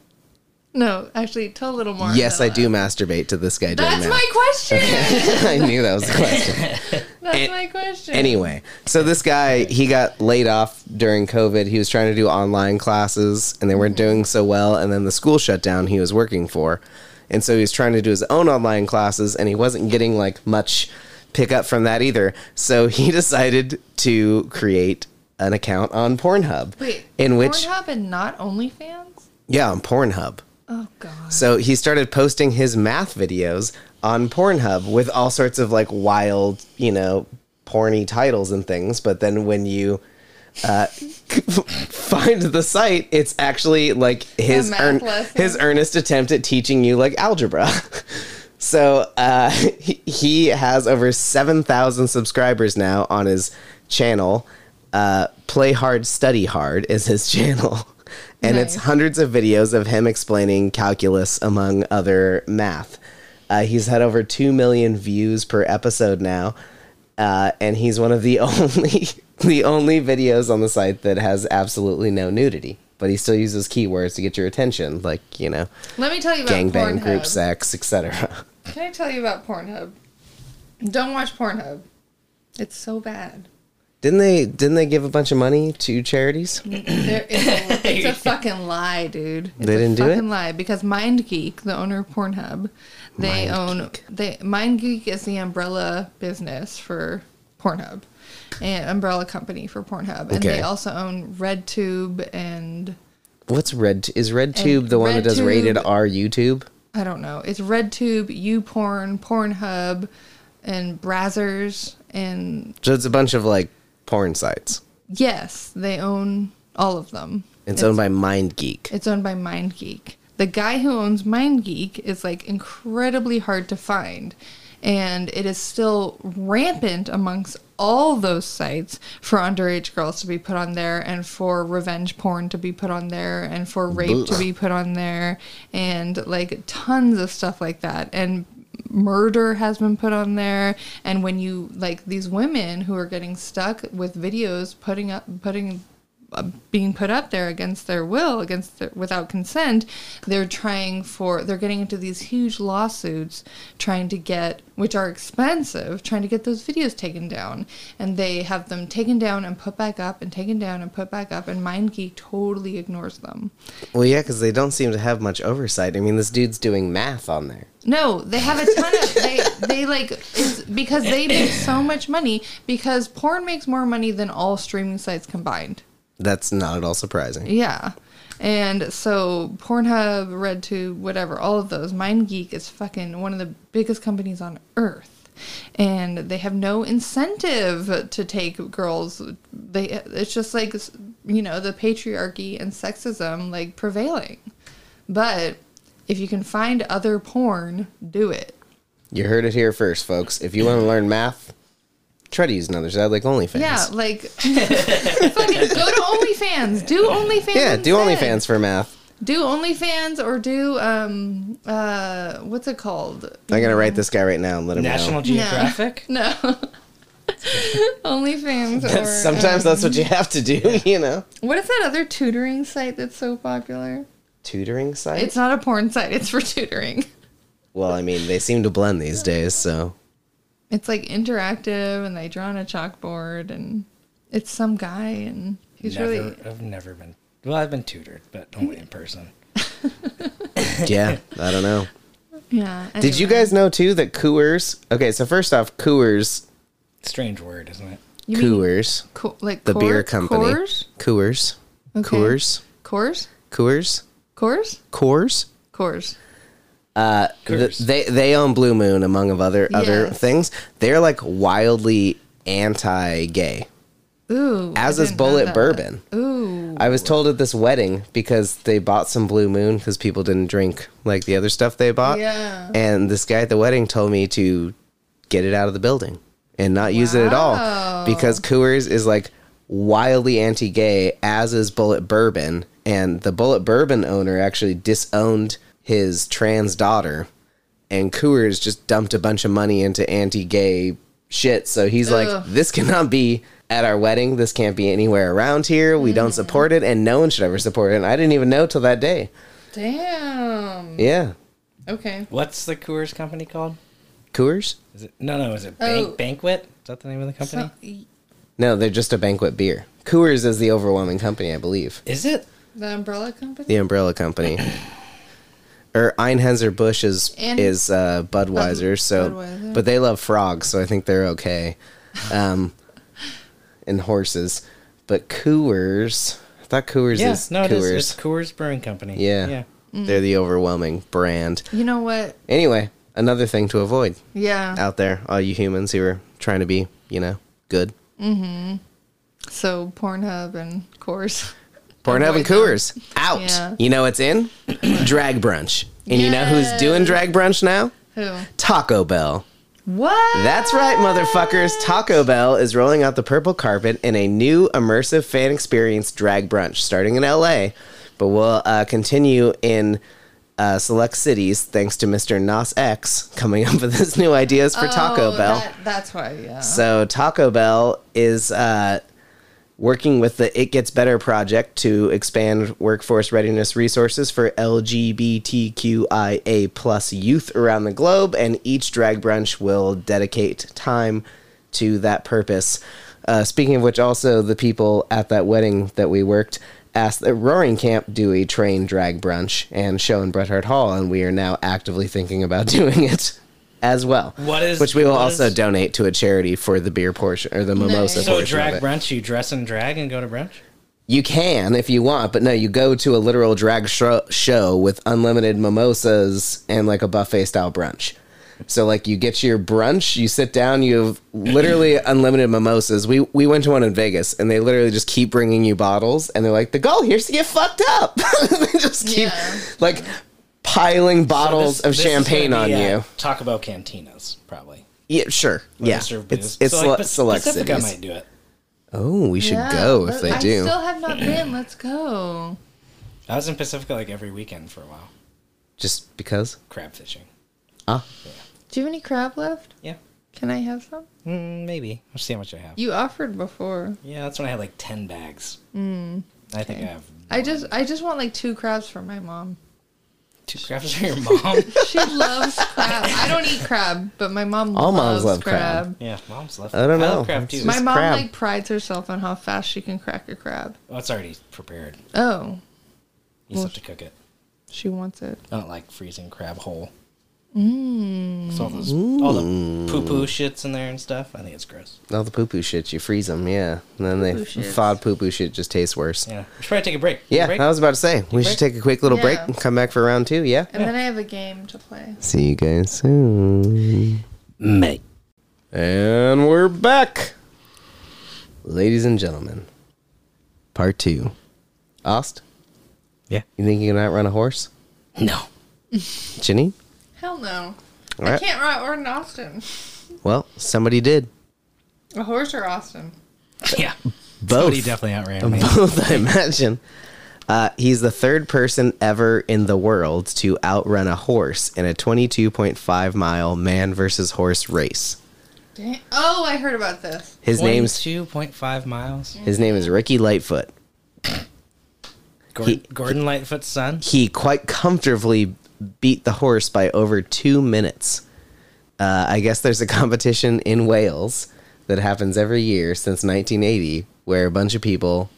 [SPEAKER 1] No, actually tell a little more.
[SPEAKER 3] Yes, I
[SPEAKER 1] about
[SPEAKER 3] do
[SPEAKER 1] it.
[SPEAKER 3] masturbate to this guy doing
[SPEAKER 1] That's my
[SPEAKER 3] math.
[SPEAKER 1] question.
[SPEAKER 3] *laughs* I knew that was the question.
[SPEAKER 1] *laughs* That's
[SPEAKER 3] An-
[SPEAKER 1] my question.
[SPEAKER 3] Anyway, so this guy he got laid off during COVID. He was trying to do online classes, and they weren't doing so well. And then the school shut down. He was working for, and so he was trying to do his own online classes, and he wasn't getting like much pickup from that either. So *laughs* he decided to create an account on Pornhub,
[SPEAKER 1] Wait,
[SPEAKER 3] in which
[SPEAKER 1] Pornhub and not OnlyFans?
[SPEAKER 3] yeah, on Pornhub.
[SPEAKER 1] Oh god.
[SPEAKER 3] So he started posting his math videos on Pornhub with all sorts of like wild, you know, porny titles and things. But then when you uh, *laughs* find the site, it's actually like his
[SPEAKER 1] math
[SPEAKER 3] earn-
[SPEAKER 1] lesson.
[SPEAKER 3] his earnest attempt at teaching you like algebra. *laughs* so uh, *laughs* he, he has over seven thousand subscribers now on his channel. Uh, Play hard, study hard is his *laughs* channel. And it's
[SPEAKER 1] Nice.
[SPEAKER 3] hundreds of videos of him explaining calculus among other math. Uh, he's had over 2 million views per episode now. Uh, and he's one of the *laughs* only the only videos on the site that has absolutely no nudity. But he still uses keywords to get your attention, like, you know,
[SPEAKER 1] Let me tell you about
[SPEAKER 3] gangbang,
[SPEAKER 1] Pornhub.
[SPEAKER 3] group sex, *laughs* etc.
[SPEAKER 1] Can I tell you about Pornhub? Don't watch Pornhub. It's so
[SPEAKER 3] *clears throat*
[SPEAKER 1] bad.
[SPEAKER 3] Didn't they didn't they give a bunch of money to charities?
[SPEAKER 1] There, it's,
[SPEAKER 3] *laughs*
[SPEAKER 1] a, it's a fucking lie, dude. It's
[SPEAKER 3] They didn't
[SPEAKER 1] a
[SPEAKER 3] do
[SPEAKER 1] fucking
[SPEAKER 3] it?
[SPEAKER 1] lie because MindGeek, the owner of Pornhub, they own they MindGeek is the umbrella business for Pornhub, and umbrella company for Pornhub, and
[SPEAKER 3] Okay.
[SPEAKER 1] they also own RedTube and
[SPEAKER 3] What's Red is RedTube the one that does
[SPEAKER 1] RedTube-
[SPEAKER 3] rated R YouTube?
[SPEAKER 1] I don't know. It's RedTube, YouPorn, Pornhub, and Brazzers, and
[SPEAKER 3] So it's a bunch of like porn sites.
[SPEAKER 1] yes, they own all of them.
[SPEAKER 3] It's owned by MindGeek.
[SPEAKER 1] It's owned by MindGeek. The guy who owns MindGeek is like incredibly hard to find. And it is still rampant amongst all those sites for underage girls to be put on there and for revenge porn to be put on there and for rape to
[SPEAKER 3] Ugh.
[SPEAKER 1] be put on there and like tons of stuff like that. And murder has been put on there and when you like these women who are getting stuck with videos putting up putting uh, being put up there against their will, against their, without consent, they're trying for they're getting into these huge lawsuits, trying to get which are expensive, trying to get those videos taken down, and they have them taken down and put back up and taken down and put back up, and MindGeek totally ignores them.
[SPEAKER 3] Well, yeah, because they don't seem to have much oversight. I mean, this dude's doing math on there.
[SPEAKER 1] No, they have a ton of they they like it's because they make so much money because porn makes more money than all streaming sites combined.
[SPEAKER 3] That's not at all surprising.
[SPEAKER 1] Yeah. And so Pornhub, RedTube, whatever, all of those, MindGeek is fucking one of the biggest companies on earth. And they have no incentive to take girls. They it's just like you know the patriarchy and sexism like prevailing. But If you can find other porn, do it.
[SPEAKER 3] You heard it here first, folks. If you want to learn math, try to use another side like OnlyFans.
[SPEAKER 1] Yeah,
[SPEAKER 3] *laughs*
[SPEAKER 1] like fucking go to OnlyFans. Do OnlyFans.
[SPEAKER 3] Yeah, do
[SPEAKER 1] instead.
[SPEAKER 3] OnlyFans for math.
[SPEAKER 1] Do OnlyFans or do um uh what's it called?
[SPEAKER 3] I'm gonna write this guy right now and let him
[SPEAKER 2] National
[SPEAKER 3] *laughs* know.
[SPEAKER 2] Geographic.
[SPEAKER 1] No. *laughs* OnlyFans or
[SPEAKER 3] Sometimes that's what you have to do, you know.
[SPEAKER 1] what is that other tutoring site that's so popular?
[SPEAKER 3] Tutoring site.
[SPEAKER 1] It's not a porn site, it's for tutoring.
[SPEAKER 3] well, I mean, they seem to blend these
[SPEAKER 1] *laughs*
[SPEAKER 3] days, so
[SPEAKER 1] It's like interactive and they draw on a chalkboard and it's some guy and he's
[SPEAKER 2] Never,
[SPEAKER 1] really
[SPEAKER 2] I've never been. Well, I've been tutored, but only in person.
[SPEAKER 3] yeah. I
[SPEAKER 1] *laughs*
[SPEAKER 3] don't know.
[SPEAKER 1] yeah.
[SPEAKER 3] Did you
[SPEAKER 1] anyway.
[SPEAKER 3] guys know too that Coors? Okay, so first off, Coors,
[SPEAKER 2] Strange word, isn't it?
[SPEAKER 1] You mean
[SPEAKER 3] Coors,
[SPEAKER 1] Co- like
[SPEAKER 3] the beer
[SPEAKER 1] Coors?
[SPEAKER 3] company.
[SPEAKER 1] Coors?
[SPEAKER 3] Coors,
[SPEAKER 1] Okay.
[SPEAKER 3] Coors,
[SPEAKER 1] Coors?
[SPEAKER 3] Coors,
[SPEAKER 1] Coors?
[SPEAKER 3] Coors.
[SPEAKER 1] Coors.
[SPEAKER 3] Th-
[SPEAKER 2] Coors.
[SPEAKER 3] they they own Blue Moon among of other other
[SPEAKER 1] Yes.
[SPEAKER 3] things. They're like wildly anti-gay,
[SPEAKER 1] Ooh. I
[SPEAKER 3] as is
[SPEAKER 1] didn't know
[SPEAKER 3] Bullet
[SPEAKER 1] that.
[SPEAKER 3] Bourbon.
[SPEAKER 1] Ooh.
[SPEAKER 3] I was told at this wedding because they bought some Blue Moon because people didn't drink like the other stuff they bought.
[SPEAKER 1] Yeah.
[SPEAKER 3] Uh, And this guy at the wedding told me to get it out of the building and not use it at all
[SPEAKER 1] Wow.
[SPEAKER 3] because Coors is like wildly anti gay, as is Bullet Bourbon. And the Bullet Bourbon owner actually disowned his trans daughter, and Coors just dumped a bunch of money into anti gay shit. So he's like,
[SPEAKER 1] Ugh.
[SPEAKER 3] this cannot be at our wedding. This can't be anywhere around here. We
[SPEAKER 1] Mm-hmm.
[SPEAKER 3] don't support it, and no one should ever support it. And I didn't even know till that day.
[SPEAKER 1] Damn.
[SPEAKER 3] Yeah.
[SPEAKER 1] Okay.
[SPEAKER 2] What's the Coors company called?
[SPEAKER 3] Coors?
[SPEAKER 2] Is it no, no? Is it
[SPEAKER 1] Oh.
[SPEAKER 2] Bank Banquet? Is that the name of the company?
[SPEAKER 1] So,
[SPEAKER 3] No, they're just a banquet beer. Coors is the overwhelming company, I believe.
[SPEAKER 2] Is it?
[SPEAKER 1] the umbrella company?
[SPEAKER 3] The umbrella company. or Einhenzer Busch is,
[SPEAKER 1] And-
[SPEAKER 3] is uh, Budweiser, so
[SPEAKER 1] Budweiser.
[SPEAKER 3] but they love frogs, so I think they're okay. Um, *laughs* and horses. But Coors I thought Coors
[SPEAKER 2] Yes.
[SPEAKER 3] is
[SPEAKER 2] no, it
[SPEAKER 3] Coors.
[SPEAKER 2] is. It's Coors Brewing Company.
[SPEAKER 3] Yeah.
[SPEAKER 2] Yeah.
[SPEAKER 1] Mm.
[SPEAKER 3] They're the overwhelming brand.
[SPEAKER 1] You know what?
[SPEAKER 3] Anyway, another thing to avoid
[SPEAKER 1] Yeah.
[SPEAKER 3] out there, all you humans who are trying to be, you know, good.
[SPEAKER 1] So Pornhub and Coors. *laughs*
[SPEAKER 3] Pornhub and
[SPEAKER 1] Avoid them.
[SPEAKER 3] Coors out.
[SPEAKER 1] Yeah.
[SPEAKER 3] You know
[SPEAKER 1] *clears throat*
[SPEAKER 3] what's in? drag brunch. And you know who's doing drag brunch now?
[SPEAKER 1] Who?
[SPEAKER 3] Taco Bell.
[SPEAKER 1] What?
[SPEAKER 3] That's right, motherfuckers. Taco Bell is rolling out the purple carpet in a new immersive fan experience drag brunch starting in LA, but will uh, continue in uh, select cities thanks to Mr. Nas X coming up with his new ideas for Taco
[SPEAKER 1] Oh,
[SPEAKER 3] Bell.
[SPEAKER 1] that- that's why. Yeah.
[SPEAKER 3] So Taco Bell is uh, working with the It Gets Better project to expand workforce readiness resources for LGBTQIA plus youth around the globe, and each drag brunch will dedicate time to that purpose. Uh, speaking of which, also the people at that wedding that we worked asked that Roaring Camp do a train drag brunch and show in Bret Hart Hall, and we are now actively thinking about *laughs* doing it as well.
[SPEAKER 2] What is-
[SPEAKER 3] which we will
[SPEAKER 2] what
[SPEAKER 3] also
[SPEAKER 2] is-
[SPEAKER 3] donate to a charity for the beer portion or the mimosa
[SPEAKER 1] Nice.
[SPEAKER 2] So
[SPEAKER 3] portion of
[SPEAKER 2] drag
[SPEAKER 3] it.
[SPEAKER 2] brunch, you dress in drag and go to brunch.
[SPEAKER 3] You can if you want, but no, you go to a literal drag show, show with unlimited mimosas and like a buffet style brunch. So like you get your brunch, you sit down, you have literally unlimited mimosas. We we went to one in Vegas and they literally just keep bringing you bottles and they're like the goal here's to get fucked up. *laughs* they just keep
[SPEAKER 1] Yeah.
[SPEAKER 3] like piling bottles
[SPEAKER 2] So this-
[SPEAKER 3] of
[SPEAKER 2] this is gonna
[SPEAKER 3] champagne
[SPEAKER 2] be
[SPEAKER 3] on
[SPEAKER 2] at
[SPEAKER 3] you.
[SPEAKER 2] Taco Bell cantinas, probably.
[SPEAKER 3] Yeah, sure.
[SPEAKER 2] Where they
[SPEAKER 3] Yeah.
[SPEAKER 2] serve
[SPEAKER 3] It's
[SPEAKER 2] booze.
[SPEAKER 3] it's
[SPEAKER 2] So,
[SPEAKER 3] sele-
[SPEAKER 2] Pac-
[SPEAKER 3] select
[SPEAKER 2] Pacifica
[SPEAKER 3] cities.
[SPEAKER 2] might do it.
[SPEAKER 3] Oh, we should
[SPEAKER 1] Yeah,
[SPEAKER 3] go if
[SPEAKER 1] but
[SPEAKER 3] they
[SPEAKER 1] I
[SPEAKER 3] do.
[SPEAKER 1] still have not been. Let's go.
[SPEAKER 2] I was in Pacifica like every weekend for a while,
[SPEAKER 3] Just because?
[SPEAKER 2] crab fishing.
[SPEAKER 3] Ah.
[SPEAKER 1] Do you have any crab left?
[SPEAKER 2] Yeah,
[SPEAKER 1] Can I have some?
[SPEAKER 2] mm, maybe. I'll see how much I have.
[SPEAKER 1] You offered before.
[SPEAKER 2] Yeah, that's when I had like ten bags. Mm, I think I have
[SPEAKER 1] I just I just want like two crabs for my mom.
[SPEAKER 2] two crabs for your mom.
[SPEAKER 1] She loves crab. I don't eat crab, but my mom
[SPEAKER 3] All
[SPEAKER 1] loves
[SPEAKER 3] moms love crab.
[SPEAKER 1] crab.
[SPEAKER 2] yeah, mom's left.
[SPEAKER 3] I don't know.
[SPEAKER 2] love crab too.
[SPEAKER 3] It's
[SPEAKER 1] My
[SPEAKER 3] just
[SPEAKER 1] mom
[SPEAKER 3] crab.
[SPEAKER 1] like prides herself on how fast she can crack a crab.
[SPEAKER 2] oh, it's already prepared.
[SPEAKER 1] Oh,
[SPEAKER 2] You just have to cook it.
[SPEAKER 1] she wants it.
[SPEAKER 2] I don't like freezing crab whole. Mm. all those all the poo poo shits in there and stuff. I think it's gross.
[SPEAKER 3] All the poo poo shit, you freeze them, yeah. And then they
[SPEAKER 1] Poo-poo shits.
[SPEAKER 3] thawed poo poo shit just tastes worse. Yeah,
[SPEAKER 2] Yeah, we should probably take a break. Take a break?
[SPEAKER 3] I was about to say, we should
[SPEAKER 2] break?
[SPEAKER 3] take a quick little break
[SPEAKER 1] Yeah.
[SPEAKER 3] and come back for round two, yeah?
[SPEAKER 1] And then I have a game to play.
[SPEAKER 3] See you guys soon.
[SPEAKER 2] mate.
[SPEAKER 3] And we're back. Ladies and gentlemen, part two. Ost,
[SPEAKER 2] Yeah.
[SPEAKER 3] *laughs* you think you can outrun a horse?
[SPEAKER 2] No.
[SPEAKER 3] Ginny?
[SPEAKER 1] Hell no.
[SPEAKER 3] All
[SPEAKER 1] I
[SPEAKER 3] right.
[SPEAKER 1] can't ride Orton Austin.
[SPEAKER 3] Well, somebody did.
[SPEAKER 1] A horse or Austin.
[SPEAKER 2] Yeah.
[SPEAKER 3] Both.
[SPEAKER 2] Cody definitely outran me.
[SPEAKER 3] Both, *laughs* I imagine. Uh, he's the third person ever in the world to outrun a horse in a 22.5 mile man versus horse race.
[SPEAKER 1] Dang. Oh, I heard about this.
[SPEAKER 3] His name's
[SPEAKER 2] two point five miles.
[SPEAKER 3] his name is Ricky Lightfoot.
[SPEAKER 2] Gordon,
[SPEAKER 3] He-
[SPEAKER 2] Gordon Lightfoot's son.
[SPEAKER 3] He quite comfortably beat the horse by over two minutes. Uh, I guess there's a competition in Wales that happens every year since 1980 where a bunch of people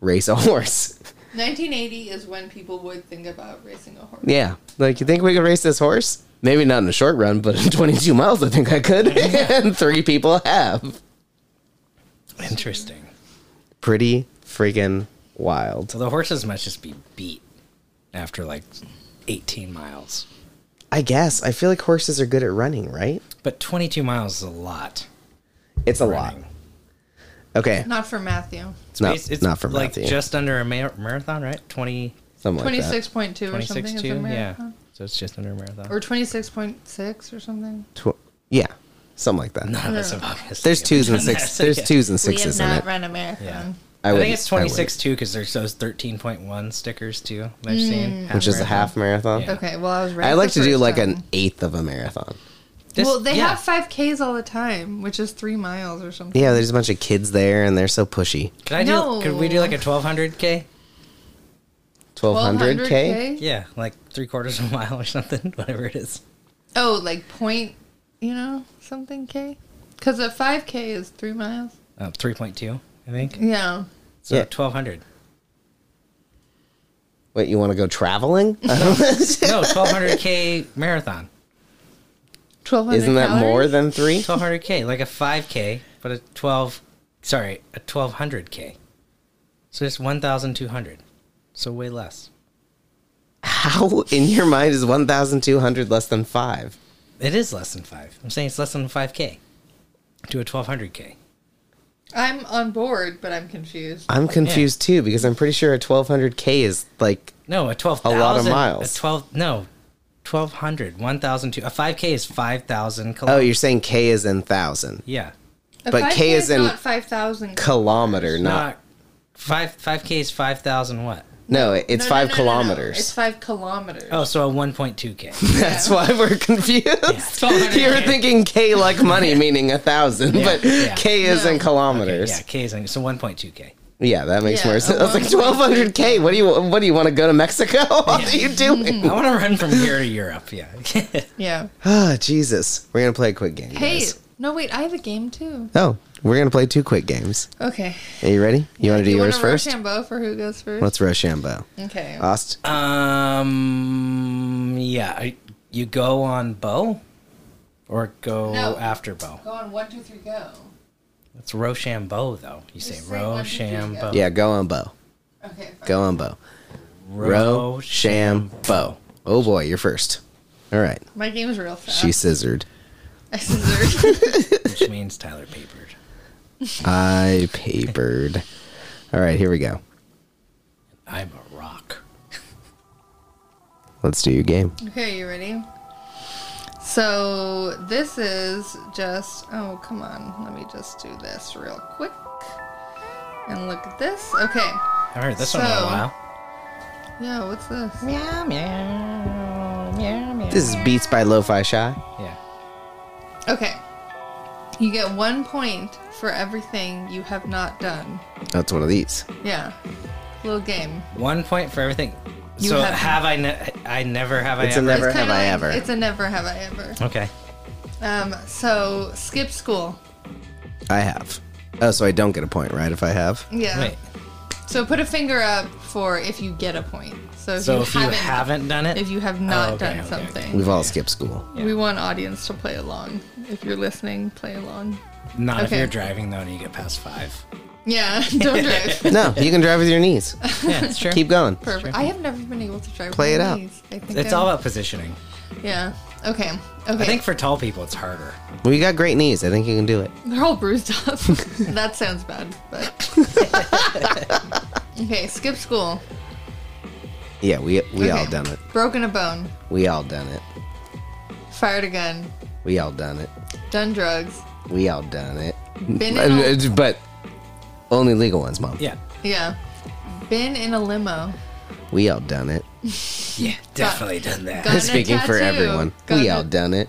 [SPEAKER 3] race a horse.
[SPEAKER 1] 1980 is when people would think about racing a horse.
[SPEAKER 3] Yeah. Like, you think we could race this horse? Maybe not in the short run, but in *laughs* 22 miles, I think I *laughs* could. and three people have.
[SPEAKER 2] Interesting.
[SPEAKER 3] Pretty freaking wild.
[SPEAKER 2] So the horses must just be beat after like eighteen miles.
[SPEAKER 3] I guess. I feel like horses are good at running, right?
[SPEAKER 2] But twenty two miles is a lot.
[SPEAKER 3] It's a
[SPEAKER 2] Running.
[SPEAKER 3] lot. Okay.
[SPEAKER 1] Not for Matthew.
[SPEAKER 3] It's not,
[SPEAKER 2] It's- it's
[SPEAKER 3] not for
[SPEAKER 2] like
[SPEAKER 3] Matthew.
[SPEAKER 2] just under a mar- marathon, right? 20,
[SPEAKER 3] Something like
[SPEAKER 1] 26.2
[SPEAKER 3] that.
[SPEAKER 1] or something.
[SPEAKER 2] 26
[SPEAKER 1] is
[SPEAKER 2] two,
[SPEAKER 1] a
[SPEAKER 2] yeah.
[SPEAKER 1] marathon.
[SPEAKER 2] So it's just under a marathon.
[SPEAKER 1] Or 26.6 or something.
[SPEAKER 3] Tw- yeah. Something like that.
[SPEAKER 2] None of us have obviously.
[SPEAKER 3] There's
[SPEAKER 2] ever
[SPEAKER 3] twos
[SPEAKER 2] *laughs*
[SPEAKER 3] and
[SPEAKER 2] done
[SPEAKER 3] sixes.
[SPEAKER 2] that.
[SPEAKER 3] There's
[SPEAKER 2] Yeah.
[SPEAKER 3] twos and sixes
[SPEAKER 1] we
[SPEAKER 3] in
[SPEAKER 1] have
[SPEAKER 3] it.
[SPEAKER 1] not run a marathon.
[SPEAKER 2] Yeah.
[SPEAKER 3] I
[SPEAKER 2] I,
[SPEAKER 3] wouldn't-
[SPEAKER 2] think it's
[SPEAKER 3] I wouldn't.
[SPEAKER 2] 26 too because there's those 13.1 stickers too that I've seen.
[SPEAKER 1] Mm.
[SPEAKER 3] Which is a half marathon.
[SPEAKER 2] Yeah.
[SPEAKER 1] Okay, well, I was right.
[SPEAKER 3] I like
[SPEAKER 1] the
[SPEAKER 3] to do
[SPEAKER 1] first
[SPEAKER 3] like
[SPEAKER 1] time.
[SPEAKER 3] an eighth of a marathon.
[SPEAKER 2] This-
[SPEAKER 1] well, they
[SPEAKER 2] yeah.
[SPEAKER 1] have 5Ks all the time, which is three miles or something.
[SPEAKER 3] Yeah, there's a bunch of kids there and they're so pushy.
[SPEAKER 2] Could I do?
[SPEAKER 1] No.
[SPEAKER 2] Could we do like a 1200k?
[SPEAKER 3] 1200K?
[SPEAKER 1] 1200K?
[SPEAKER 2] Yeah, like three quarters of a mile or *laughs* something, whatever it is.
[SPEAKER 1] Oh, like point, you know, something K? Because a 5K is three miles.
[SPEAKER 2] Um, 3.2, I think.
[SPEAKER 1] Yeah.
[SPEAKER 2] So
[SPEAKER 3] Yeah.
[SPEAKER 2] 1200.
[SPEAKER 3] Wait, you want to go traveling? *laughs*
[SPEAKER 2] No, 1200k marathon.
[SPEAKER 1] 1200
[SPEAKER 3] Isn't that
[SPEAKER 1] calories?
[SPEAKER 3] more than three?
[SPEAKER 2] 1200k, like a 5k, but a 12. Sorry, a 1200k. So it's 1,200. So way less.
[SPEAKER 3] How in your mind is 1,200 less than five?
[SPEAKER 2] It is less than five. I'm saying it's less than 5k. Do a 1200k.
[SPEAKER 1] I'm on board, but I'm confused.
[SPEAKER 3] I'm confused too because I'm pretty sure a 1,200K is like,
[SPEAKER 2] No, a twelve.
[SPEAKER 3] A lot of miles.
[SPEAKER 2] A twelve. No, twelve hundred. One thousand two. A five k is five thousand
[SPEAKER 3] oh,
[SPEAKER 2] kilometers.
[SPEAKER 3] you're saying K is in thousand.
[SPEAKER 2] yeah.
[SPEAKER 1] A
[SPEAKER 3] But
[SPEAKER 1] 5K
[SPEAKER 3] K is in-
[SPEAKER 1] not 5,000.
[SPEAKER 3] Kilometer, not.
[SPEAKER 2] Not five. Five k is five thousand what?
[SPEAKER 3] No, it's
[SPEAKER 1] No, no, no, no,
[SPEAKER 3] five
[SPEAKER 1] no. It's
[SPEAKER 3] kilometers.
[SPEAKER 1] five kilometers.
[SPEAKER 2] Oh, so a one point two
[SPEAKER 3] *laughs*
[SPEAKER 2] k.
[SPEAKER 3] That's why we're
[SPEAKER 1] *laughs*
[SPEAKER 3] confused. You were
[SPEAKER 2] 1200K.
[SPEAKER 3] thinking K like money, meaning a thousand,
[SPEAKER 2] Yeah,
[SPEAKER 3] but
[SPEAKER 2] yeah.
[SPEAKER 3] K is
[SPEAKER 1] No.
[SPEAKER 3] in kilometers.
[SPEAKER 2] Yeah, k is so one point two k.
[SPEAKER 3] yeah. that makes
[SPEAKER 1] Yeah,
[SPEAKER 3] more sense. *laughs* I was like,
[SPEAKER 1] a lot.
[SPEAKER 3] 1,200K. What do you? What do you want to go to Mexico? *laughs* What are you doing?
[SPEAKER 2] I
[SPEAKER 1] *laughs*
[SPEAKER 2] want to run from here to Europe. Yeah. *laughs*
[SPEAKER 1] Yeah.
[SPEAKER 3] Ah, Jesus. We're gonna play a quick game.
[SPEAKER 1] Hey,
[SPEAKER 3] guys.
[SPEAKER 1] no, wait, I have a game too.
[SPEAKER 3] Oh, we're gonna play two quick games.
[SPEAKER 1] Okay.
[SPEAKER 3] Are you ready? You want to do
[SPEAKER 1] wanna
[SPEAKER 3] yours first? Uh,
[SPEAKER 1] Rochambeau for who goes 1st
[SPEAKER 3] Let's Rochambeau.
[SPEAKER 1] okay.
[SPEAKER 3] Ost.
[SPEAKER 2] um. Yeah. I- You go on bow, or go
[SPEAKER 1] No.
[SPEAKER 2] after bow.
[SPEAKER 1] Go on, one, two, three, go.
[SPEAKER 2] It's Rochambeau, though. You say
[SPEAKER 1] say one, two, three, go.
[SPEAKER 2] Rochambeau.
[SPEAKER 3] Yeah, go on bow.
[SPEAKER 1] Okay. fine.
[SPEAKER 3] Go on bow. Rochambeau. Oh boy, you're first. All right.
[SPEAKER 1] My game is real fast.
[SPEAKER 3] She scissored.
[SPEAKER 1] *laughs* I scissored.
[SPEAKER 2] which means Tyler papered.
[SPEAKER 3] I papered. All right, here we go.
[SPEAKER 2] I'm a rock.
[SPEAKER 3] Let's do your game.
[SPEAKER 1] okay, you ready? So this is just. Oh, come on. Let me just do this real quick. And look at this. Okay.
[SPEAKER 2] I heard this one in a
[SPEAKER 1] So-
[SPEAKER 2] while.
[SPEAKER 1] Yeah, what's this?
[SPEAKER 2] Meow meow meow meow.
[SPEAKER 3] This is Beats by Lo-Fi Shy.
[SPEAKER 2] yeah.
[SPEAKER 1] Okay. You get one point for everything you have not done.
[SPEAKER 3] That's one of these.
[SPEAKER 1] Yeah. Little game.
[SPEAKER 2] One point for everything.
[SPEAKER 1] You
[SPEAKER 2] so
[SPEAKER 1] have-
[SPEAKER 2] have, I? Ne- I never have I
[SPEAKER 3] It's a
[SPEAKER 2] ever.
[SPEAKER 3] never-
[SPEAKER 1] It's
[SPEAKER 3] have
[SPEAKER 1] kinda
[SPEAKER 3] I
[SPEAKER 1] like-
[SPEAKER 3] ever.
[SPEAKER 1] It's a never have I ever.
[SPEAKER 2] okay.
[SPEAKER 1] Um, so skip school.
[SPEAKER 3] I have. Oh, so I don't get a point, right? If I have.
[SPEAKER 1] Yeah.
[SPEAKER 2] Wait.
[SPEAKER 1] So put a finger up for if you get a point. So if,
[SPEAKER 2] So
[SPEAKER 1] you,
[SPEAKER 2] if
[SPEAKER 1] haven't,
[SPEAKER 2] you haven't done it,
[SPEAKER 1] if you have not
[SPEAKER 2] Oh, okay,
[SPEAKER 1] done
[SPEAKER 2] okay,
[SPEAKER 1] something,
[SPEAKER 3] We've all skipped school.
[SPEAKER 2] Yeah.
[SPEAKER 1] we want audience to play along. If you're listening, play along.
[SPEAKER 2] not if
[SPEAKER 1] okay.
[SPEAKER 2] you're driving though, and you get
[SPEAKER 1] *laughs*
[SPEAKER 2] past five.
[SPEAKER 1] Yeah, *laughs* don't drive.
[SPEAKER 3] No, you can drive with
[SPEAKER 1] *laughs*
[SPEAKER 3] your knees.
[SPEAKER 2] Yeah, it's true.
[SPEAKER 3] Keep going.
[SPEAKER 1] Perfect. I have never been able to drive.
[SPEAKER 3] Play
[SPEAKER 1] with
[SPEAKER 3] it
[SPEAKER 1] my
[SPEAKER 3] out.
[SPEAKER 1] knees. I think
[SPEAKER 2] It's
[SPEAKER 1] I'm-
[SPEAKER 2] all about positioning.
[SPEAKER 1] Yeah. Okay. Okay.
[SPEAKER 2] I think for tall people, it's harder.
[SPEAKER 3] We got great knees. I think you can do it.
[SPEAKER 1] they're all bruised up. *laughs* that sounds *laughs* bad, but. okay, skip school.
[SPEAKER 3] Yeah, we we all
[SPEAKER 1] Okay.
[SPEAKER 3] done it.
[SPEAKER 1] Broken a bone.
[SPEAKER 3] We all done it.
[SPEAKER 1] Fired a gun.
[SPEAKER 3] We all done it.
[SPEAKER 1] Done drugs.
[SPEAKER 3] We all done it.
[SPEAKER 1] Been in a,
[SPEAKER 3] Uh, But only legal ones, mom.
[SPEAKER 2] Yeah.
[SPEAKER 1] yeah. Been in a limo.
[SPEAKER 3] We all done it.
[SPEAKER 2] Yeah, definitely done
[SPEAKER 1] Got-
[SPEAKER 2] that.
[SPEAKER 1] Gotten a
[SPEAKER 3] *laughs* Speaking for
[SPEAKER 1] tattoo.
[SPEAKER 3] everyone,
[SPEAKER 1] Gotten
[SPEAKER 3] we
[SPEAKER 1] a-
[SPEAKER 3] all done it.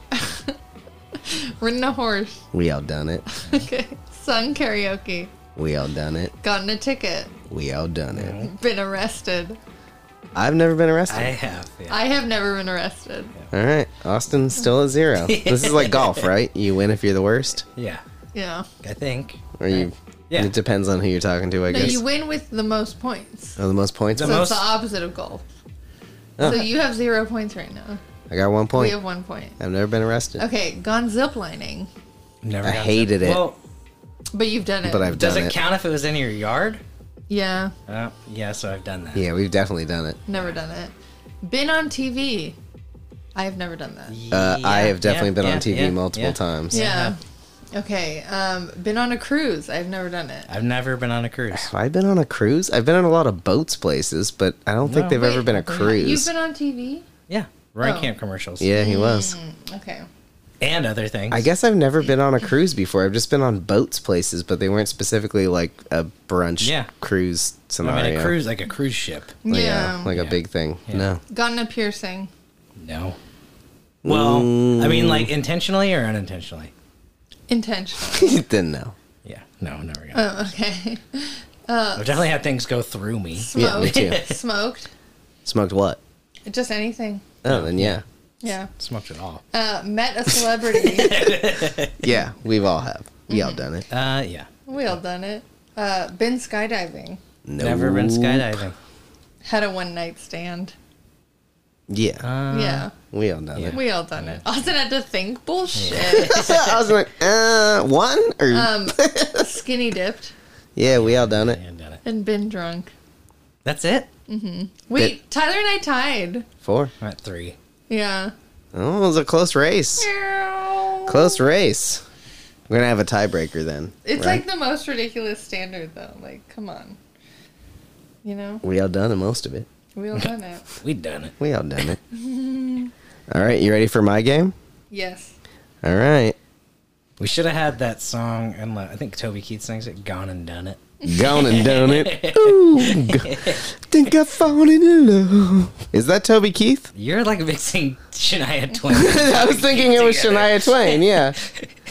[SPEAKER 1] Ridden a horse. *laughs*
[SPEAKER 3] We all done it.
[SPEAKER 1] Okay. Sung karaoke.
[SPEAKER 3] We all done it.
[SPEAKER 1] Gotten a ticket.
[SPEAKER 3] We all done it.
[SPEAKER 1] Been arrested.
[SPEAKER 3] I've never been arrested.
[SPEAKER 2] I have. Yeah.
[SPEAKER 1] I have never been arrested.
[SPEAKER 3] All right, Austin's still
[SPEAKER 2] *laughs*
[SPEAKER 3] at zero. this is like golf, right? You win if you're the worst,
[SPEAKER 2] yeah.
[SPEAKER 1] Yeah.
[SPEAKER 2] I think.
[SPEAKER 3] or you.
[SPEAKER 2] Yeah.
[SPEAKER 3] It depends on who you're talking to, I
[SPEAKER 1] No,
[SPEAKER 3] guess.
[SPEAKER 1] you win with the most points.
[SPEAKER 3] Oh, the most points.
[SPEAKER 2] The
[SPEAKER 1] so
[SPEAKER 2] most-
[SPEAKER 1] it's the opposite of golf.
[SPEAKER 3] Oh.
[SPEAKER 1] So you have zero points right now.
[SPEAKER 3] I got one
[SPEAKER 1] We
[SPEAKER 3] point.
[SPEAKER 1] have one point.
[SPEAKER 3] I've never been arrested,
[SPEAKER 1] Okay, gone ziplining.
[SPEAKER 2] Never.
[SPEAKER 3] I
[SPEAKER 2] got
[SPEAKER 3] hated
[SPEAKER 2] to-
[SPEAKER 3] it.
[SPEAKER 2] Well,
[SPEAKER 1] But you've done it.
[SPEAKER 3] but I've
[SPEAKER 2] does
[SPEAKER 3] done
[SPEAKER 2] it,
[SPEAKER 3] it.
[SPEAKER 2] count if it was in your yard?
[SPEAKER 1] Yeah,
[SPEAKER 2] Uh, yeah, so I've done that.
[SPEAKER 3] Yeah, we've definitely done it.
[SPEAKER 1] never done it. Been on TV. I have never done that.
[SPEAKER 3] Uh, I
[SPEAKER 2] Yeah,
[SPEAKER 3] have definitely
[SPEAKER 2] yeah,
[SPEAKER 3] been on
[SPEAKER 2] yeah,
[SPEAKER 3] TV
[SPEAKER 2] yeah,
[SPEAKER 3] multiple
[SPEAKER 2] yeah.
[SPEAKER 3] times.
[SPEAKER 1] Yeah. Okay. Um, been on a cruise. I've never done it.
[SPEAKER 2] I've never been on a cruise.
[SPEAKER 3] Have I been on a cruise? I've been on a lot of boats places, but I don't think
[SPEAKER 2] No.
[SPEAKER 3] they've ever
[SPEAKER 1] Wait,
[SPEAKER 3] been a
[SPEAKER 1] You've
[SPEAKER 3] cruise.
[SPEAKER 1] been on Mm. TV?
[SPEAKER 2] Yeah. Ryan
[SPEAKER 1] Oh.
[SPEAKER 2] Camp commercials.
[SPEAKER 3] yeah, he was.
[SPEAKER 1] Okay.
[SPEAKER 2] And other things.
[SPEAKER 3] I guess I've never been on a cruise before. I've just been on boats places, but they weren't specifically like a brunch
[SPEAKER 2] Yeah.
[SPEAKER 3] cruise scenario.
[SPEAKER 2] I mean, a cruise, like a cruise ship.
[SPEAKER 3] Like,
[SPEAKER 1] yeah.
[SPEAKER 3] a, like a
[SPEAKER 2] Yeah.
[SPEAKER 3] big thing.
[SPEAKER 2] Yeah.
[SPEAKER 3] No. *laughs*
[SPEAKER 1] Gotten a piercing.
[SPEAKER 2] No. Well, I mean, like
[SPEAKER 3] Mm.
[SPEAKER 2] intentionally or unintentionally?
[SPEAKER 1] Intentional. *laughs*
[SPEAKER 3] Didn't know.
[SPEAKER 2] Yeah. No, never got.
[SPEAKER 1] oh, okay.
[SPEAKER 2] I've definitely had things go through me.
[SPEAKER 3] Yeah, me
[SPEAKER 1] Smoked. *laughs*
[SPEAKER 3] too.
[SPEAKER 1] Smoked.
[SPEAKER 3] Smoked what?
[SPEAKER 1] Just anything.
[SPEAKER 3] Oh, then yeah.
[SPEAKER 1] Yeah.
[SPEAKER 2] Smoked it all.
[SPEAKER 1] Uh, met a
[SPEAKER 3] *laughs*
[SPEAKER 1] celebrity.
[SPEAKER 3] Yeah, we've all have. We
[SPEAKER 1] Mm-hmm.
[SPEAKER 3] all done it.
[SPEAKER 2] Uh, yeah.
[SPEAKER 1] we all done it. Uh, been skydiving.
[SPEAKER 3] No.
[SPEAKER 2] Never been *laughs* skydiving.
[SPEAKER 1] Had a one night stand.
[SPEAKER 3] Yeah.
[SPEAKER 2] Uh,
[SPEAKER 1] yeah.
[SPEAKER 3] We all done it.
[SPEAKER 1] We all done it. Austin had to think bullshit.
[SPEAKER 3] *laughs* I was like, uh, one or
[SPEAKER 2] *laughs*
[SPEAKER 1] Um, skinny dipped
[SPEAKER 3] yeah, we all done it.
[SPEAKER 2] I hadn't done it.
[SPEAKER 1] and been drunk.
[SPEAKER 2] That's it.
[SPEAKER 1] Wait, Tyler and I tied.
[SPEAKER 3] Four.
[SPEAKER 2] I'm at three.
[SPEAKER 1] Yeah.
[SPEAKER 3] Oh, it was a close race. Close race. We're gonna have a tiebreaker then.
[SPEAKER 1] It's
[SPEAKER 3] right?
[SPEAKER 1] like the most ridiculous standard, though. Like, come on. You know,
[SPEAKER 3] we all done the most of it.
[SPEAKER 1] we all done it.
[SPEAKER 2] We done it.
[SPEAKER 3] We all done it. *laughs* all right, you ready for my game?
[SPEAKER 1] Yes.
[SPEAKER 3] All right,
[SPEAKER 2] We should have had that song, and like, I think Toby Keith sings it, "Gone and Done It."
[SPEAKER 3] gone and done it. Ooh, go- think I've fallen in love. Is that Toby Keith?
[SPEAKER 2] You're like mixing
[SPEAKER 3] *laughs*
[SPEAKER 2] Shania Twain.
[SPEAKER 3] I was thinking it was
[SPEAKER 2] together.
[SPEAKER 3] Shania Twain. Yeah,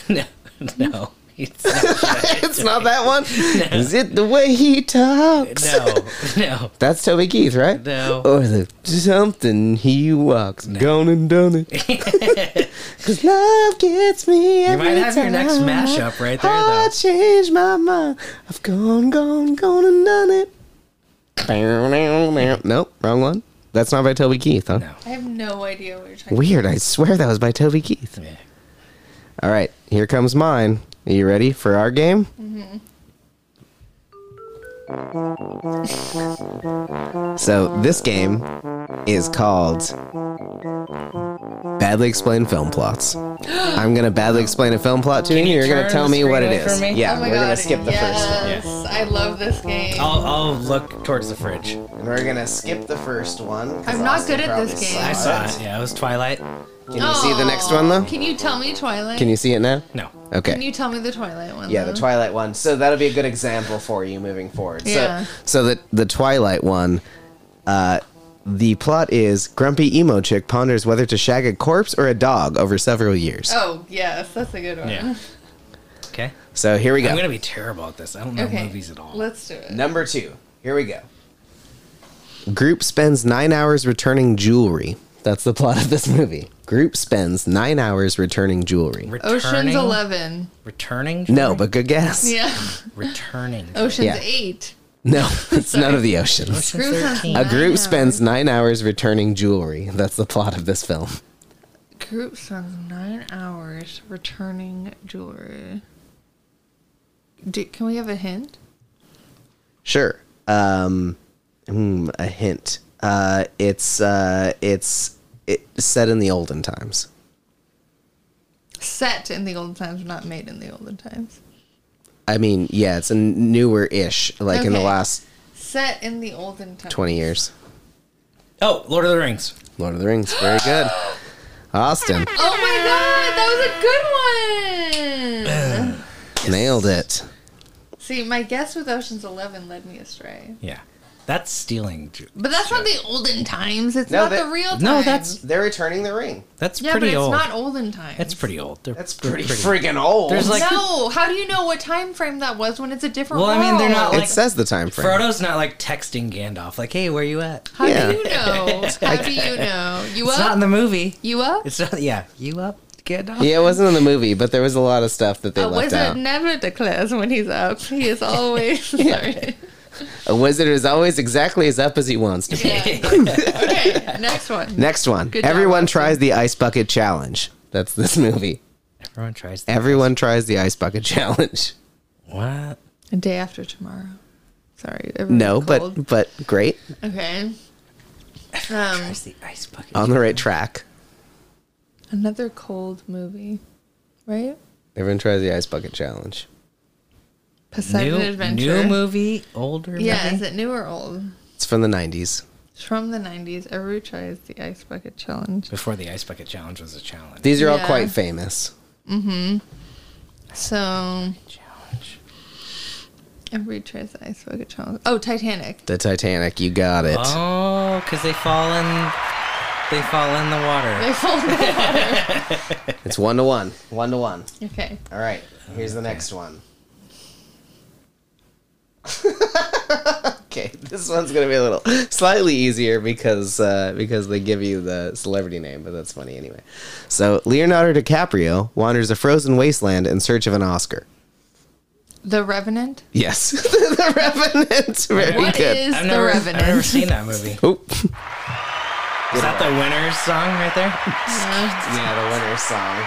[SPEAKER 2] *laughs* no,
[SPEAKER 3] *laughs*
[SPEAKER 2] no, it's not
[SPEAKER 3] *laughs* it's not that one. Is it the way he talks?
[SPEAKER 2] no, no.
[SPEAKER 3] That's Toby Keith, right?
[SPEAKER 2] No.
[SPEAKER 3] Or the something he walks. Gone and done it.
[SPEAKER 2] *laughs*
[SPEAKER 3] Cause love gets me
[SPEAKER 2] You
[SPEAKER 3] every
[SPEAKER 2] might have
[SPEAKER 3] time.
[SPEAKER 2] your next mashup right there,
[SPEAKER 3] I
[SPEAKER 2] though.
[SPEAKER 3] changed my mind. I've gone, gone, gone and done it. Bow, now, now. Nope, wrong one. That's not by Toby Keith, huh?
[SPEAKER 2] No.
[SPEAKER 1] I have no idea what you're talking
[SPEAKER 3] Weird. I swear that was by Toby Keith.
[SPEAKER 2] Yeah.
[SPEAKER 3] All right, here comes mine. Are you ready for our game?
[SPEAKER 1] Mm-hmm.
[SPEAKER 3] So this game is called Badly Explained
[SPEAKER 1] *gasps*
[SPEAKER 3] Film Plots. I'm gonna badly explain a film plot to you, and
[SPEAKER 2] you
[SPEAKER 3] you're gonna
[SPEAKER 2] turn
[SPEAKER 3] tell
[SPEAKER 2] the
[SPEAKER 3] me what it
[SPEAKER 2] screen
[SPEAKER 3] is.
[SPEAKER 2] over for me?
[SPEAKER 3] Yeah,
[SPEAKER 1] Oh
[SPEAKER 3] we're
[SPEAKER 1] my
[SPEAKER 3] gonna
[SPEAKER 1] god.
[SPEAKER 3] skip the first
[SPEAKER 1] yes. I love this game.
[SPEAKER 2] I'll, I'll look towards the fridge.
[SPEAKER 3] one. We're gonna skip the first one. 'cause
[SPEAKER 1] I'm not
[SPEAKER 3] Austin
[SPEAKER 1] good at this
[SPEAKER 3] probably
[SPEAKER 1] game.
[SPEAKER 2] I
[SPEAKER 3] sucks.
[SPEAKER 2] saw it. Yeah, it was Twilight.
[SPEAKER 3] Can you see the next one though?
[SPEAKER 1] Can you tell me Twilight?
[SPEAKER 3] Can you see it now?
[SPEAKER 2] No.
[SPEAKER 3] Okay.
[SPEAKER 1] Can you tell me the Twilight one?
[SPEAKER 3] Yeah, the
[SPEAKER 1] though?
[SPEAKER 3] Twilight one. So that'll be a good example for you moving forward.
[SPEAKER 1] Yeah.
[SPEAKER 3] So, so the the Twilight one, uh, the plot is grumpy emo chick ponders whether to shag a corpse or a dog over several years.
[SPEAKER 1] Oh yes, that's a good one.
[SPEAKER 2] Yeah. Okay.
[SPEAKER 3] So here we go.
[SPEAKER 2] I'm gonna be terrible at this. I don't know
[SPEAKER 1] Okay.
[SPEAKER 2] movies at all.
[SPEAKER 1] Let's do it.
[SPEAKER 3] Number two. Here we go. Group spends nine hours returning jewelry. That's the plot of this movie. Group spends nine hours returning jewelry.
[SPEAKER 2] Returning.
[SPEAKER 1] Ocean's Eleven.
[SPEAKER 2] Returning.
[SPEAKER 3] no, but good guess. *laughs*
[SPEAKER 1] Yeah.
[SPEAKER 2] Returning.
[SPEAKER 1] *laughs* Ocean's
[SPEAKER 3] Yeah.
[SPEAKER 1] Eight. *laughs*
[SPEAKER 3] No, it's none of the oceans.
[SPEAKER 2] Ocean's
[SPEAKER 1] Screw
[SPEAKER 2] Thirteen.
[SPEAKER 3] A
[SPEAKER 1] something. Nine
[SPEAKER 3] group
[SPEAKER 1] hours.
[SPEAKER 3] spends nine hours returning jewelry. That's the plot of this film.
[SPEAKER 1] Group spends nine hours returning jewelry. Do, can we have a hint?
[SPEAKER 3] Sure. Um, hmm, a hint. Uh, it's uh, it's it set in the olden times.
[SPEAKER 1] Set in the olden times, not made in the olden times.
[SPEAKER 3] I mean, yeah, it's a newer ish, like in the
[SPEAKER 1] Okay.
[SPEAKER 3] last
[SPEAKER 1] Set in the olden times.
[SPEAKER 3] twenty years.
[SPEAKER 2] Oh, Lord of the Rings.
[SPEAKER 3] Lord of the Rings. Very good. Austin
[SPEAKER 1] Oh my god, that was a good one!
[SPEAKER 3] nailed it.
[SPEAKER 1] See, my guess with Ocean's Eleven led me astray.
[SPEAKER 2] Yeah. That's stealing. Ju-
[SPEAKER 1] But that's not the olden times. It's
[SPEAKER 3] No,
[SPEAKER 1] not
[SPEAKER 3] that-
[SPEAKER 1] the real times.
[SPEAKER 2] No, that's-
[SPEAKER 3] They're returning the ring.
[SPEAKER 2] That's
[SPEAKER 1] yeah,
[SPEAKER 2] pretty
[SPEAKER 1] but it's
[SPEAKER 2] old.
[SPEAKER 1] not olden times.
[SPEAKER 2] That's pretty old. They're,
[SPEAKER 3] That's
[SPEAKER 2] they're
[SPEAKER 3] pretty, freaking old.
[SPEAKER 2] There's like
[SPEAKER 1] no, how do you know what time frame that was when it's a different?
[SPEAKER 2] Well, I mean, they're not
[SPEAKER 1] world?
[SPEAKER 3] it
[SPEAKER 2] like-
[SPEAKER 3] says the time frame.
[SPEAKER 2] Frodo's not like texting Gandalf like, "Hey, where you at?"
[SPEAKER 1] How
[SPEAKER 3] Yeah.
[SPEAKER 1] do you
[SPEAKER 2] *laughs*
[SPEAKER 1] know? How do you know? You
[SPEAKER 2] It's not
[SPEAKER 1] up?
[SPEAKER 2] in the movie.
[SPEAKER 1] you up?
[SPEAKER 2] It's not. Yeah, you up, Gandalf?
[SPEAKER 3] Yeah, it wasn't in the movie, but there was a lot of stuff that they
[SPEAKER 1] A
[SPEAKER 3] left
[SPEAKER 1] wizard
[SPEAKER 3] out.
[SPEAKER 1] never declares when he's up. He *laughs* is always sorry.
[SPEAKER 3] a wizard is always exactly as up as he wants to be.
[SPEAKER 1] Okay, next one.
[SPEAKER 3] Next one.
[SPEAKER 1] Good job,
[SPEAKER 3] Everyone
[SPEAKER 1] Austin.
[SPEAKER 3] tries the ice bucket challenge. That's this movie.
[SPEAKER 2] Everyone tries. That.
[SPEAKER 3] Everyone tries the ice bucket *laughs* challenge.
[SPEAKER 2] What?
[SPEAKER 1] A day after tomorrow. Sorry. everyone's
[SPEAKER 3] No,
[SPEAKER 1] cold.
[SPEAKER 3] but but great.
[SPEAKER 1] okay.
[SPEAKER 2] Everyone
[SPEAKER 1] Um,
[SPEAKER 2] tries the ice bucket.
[SPEAKER 3] On the right track.
[SPEAKER 1] another cold movie, right?
[SPEAKER 3] Everyone tries the ice bucket challenge.
[SPEAKER 1] Poseidon
[SPEAKER 2] new,
[SPEAKER 1] Adventure.
[SPEAKER 2] new movie, older
[SPEAKER 1] Yeah, is
[SPEAKER 2] movie.
[SPEAKER 1] it new or old?
[SPEAKER 3] It's from the 90s.
[SPEAKER 1] It's from the '90s. Everyone tries the ice bucket challenge.
[SPEAKER 2] Before the ice bucket challenge was a challenge.
[SPEAKER 3] These are all
[SPEAKER 1] Yeah.
[SPEAKER 3] quite famous.
[SPEAKER 1] So
[SPEAKER 2] challenge.
[SPEAKER 1] everyone tries the ice bucket challenge. Oh, Titanic. *laughs*
[SPEAKER 3] The Titanic, you got it.
[SPEAKER 2] Oh, because they fall in. They fall in the water.
[SPEAKER 1] They fold it.
[SPEAKER 3] It's one to one. One to one.
[SPEAKER 1] okay.
[SPEAKER 3] All right. Here's the next one. *laughs* okay, this one's gonna be a little slightly easier because uh, because they give you the celebrity name, but that's funny anyway. So Leonardo DiCaprio wanders a frozen wasteland in search of an Oscar.
[SPEAKER 1] The
[SPEAKER 2] *laughs*
[SPEAKER 1] Revenant.
[SPEAKER 3] Yes, *laughs* The Revenant. Very
[SPEAKER 1] What
[SPEAKER 3] good.
[SPEAKER 1] is
[SPEAKER 2] I've
[SPEAKER 1] the
[SPEAKER 2] never, *laughs* I've
[SPEAKER 1] Revenant?
[SPEAKER 2] never seen that movie.
[SPEAKER 3] oh,
[SPEAKER 2] Is that the winner's song right there?
[SPEAKER 3] yeah, the winner song.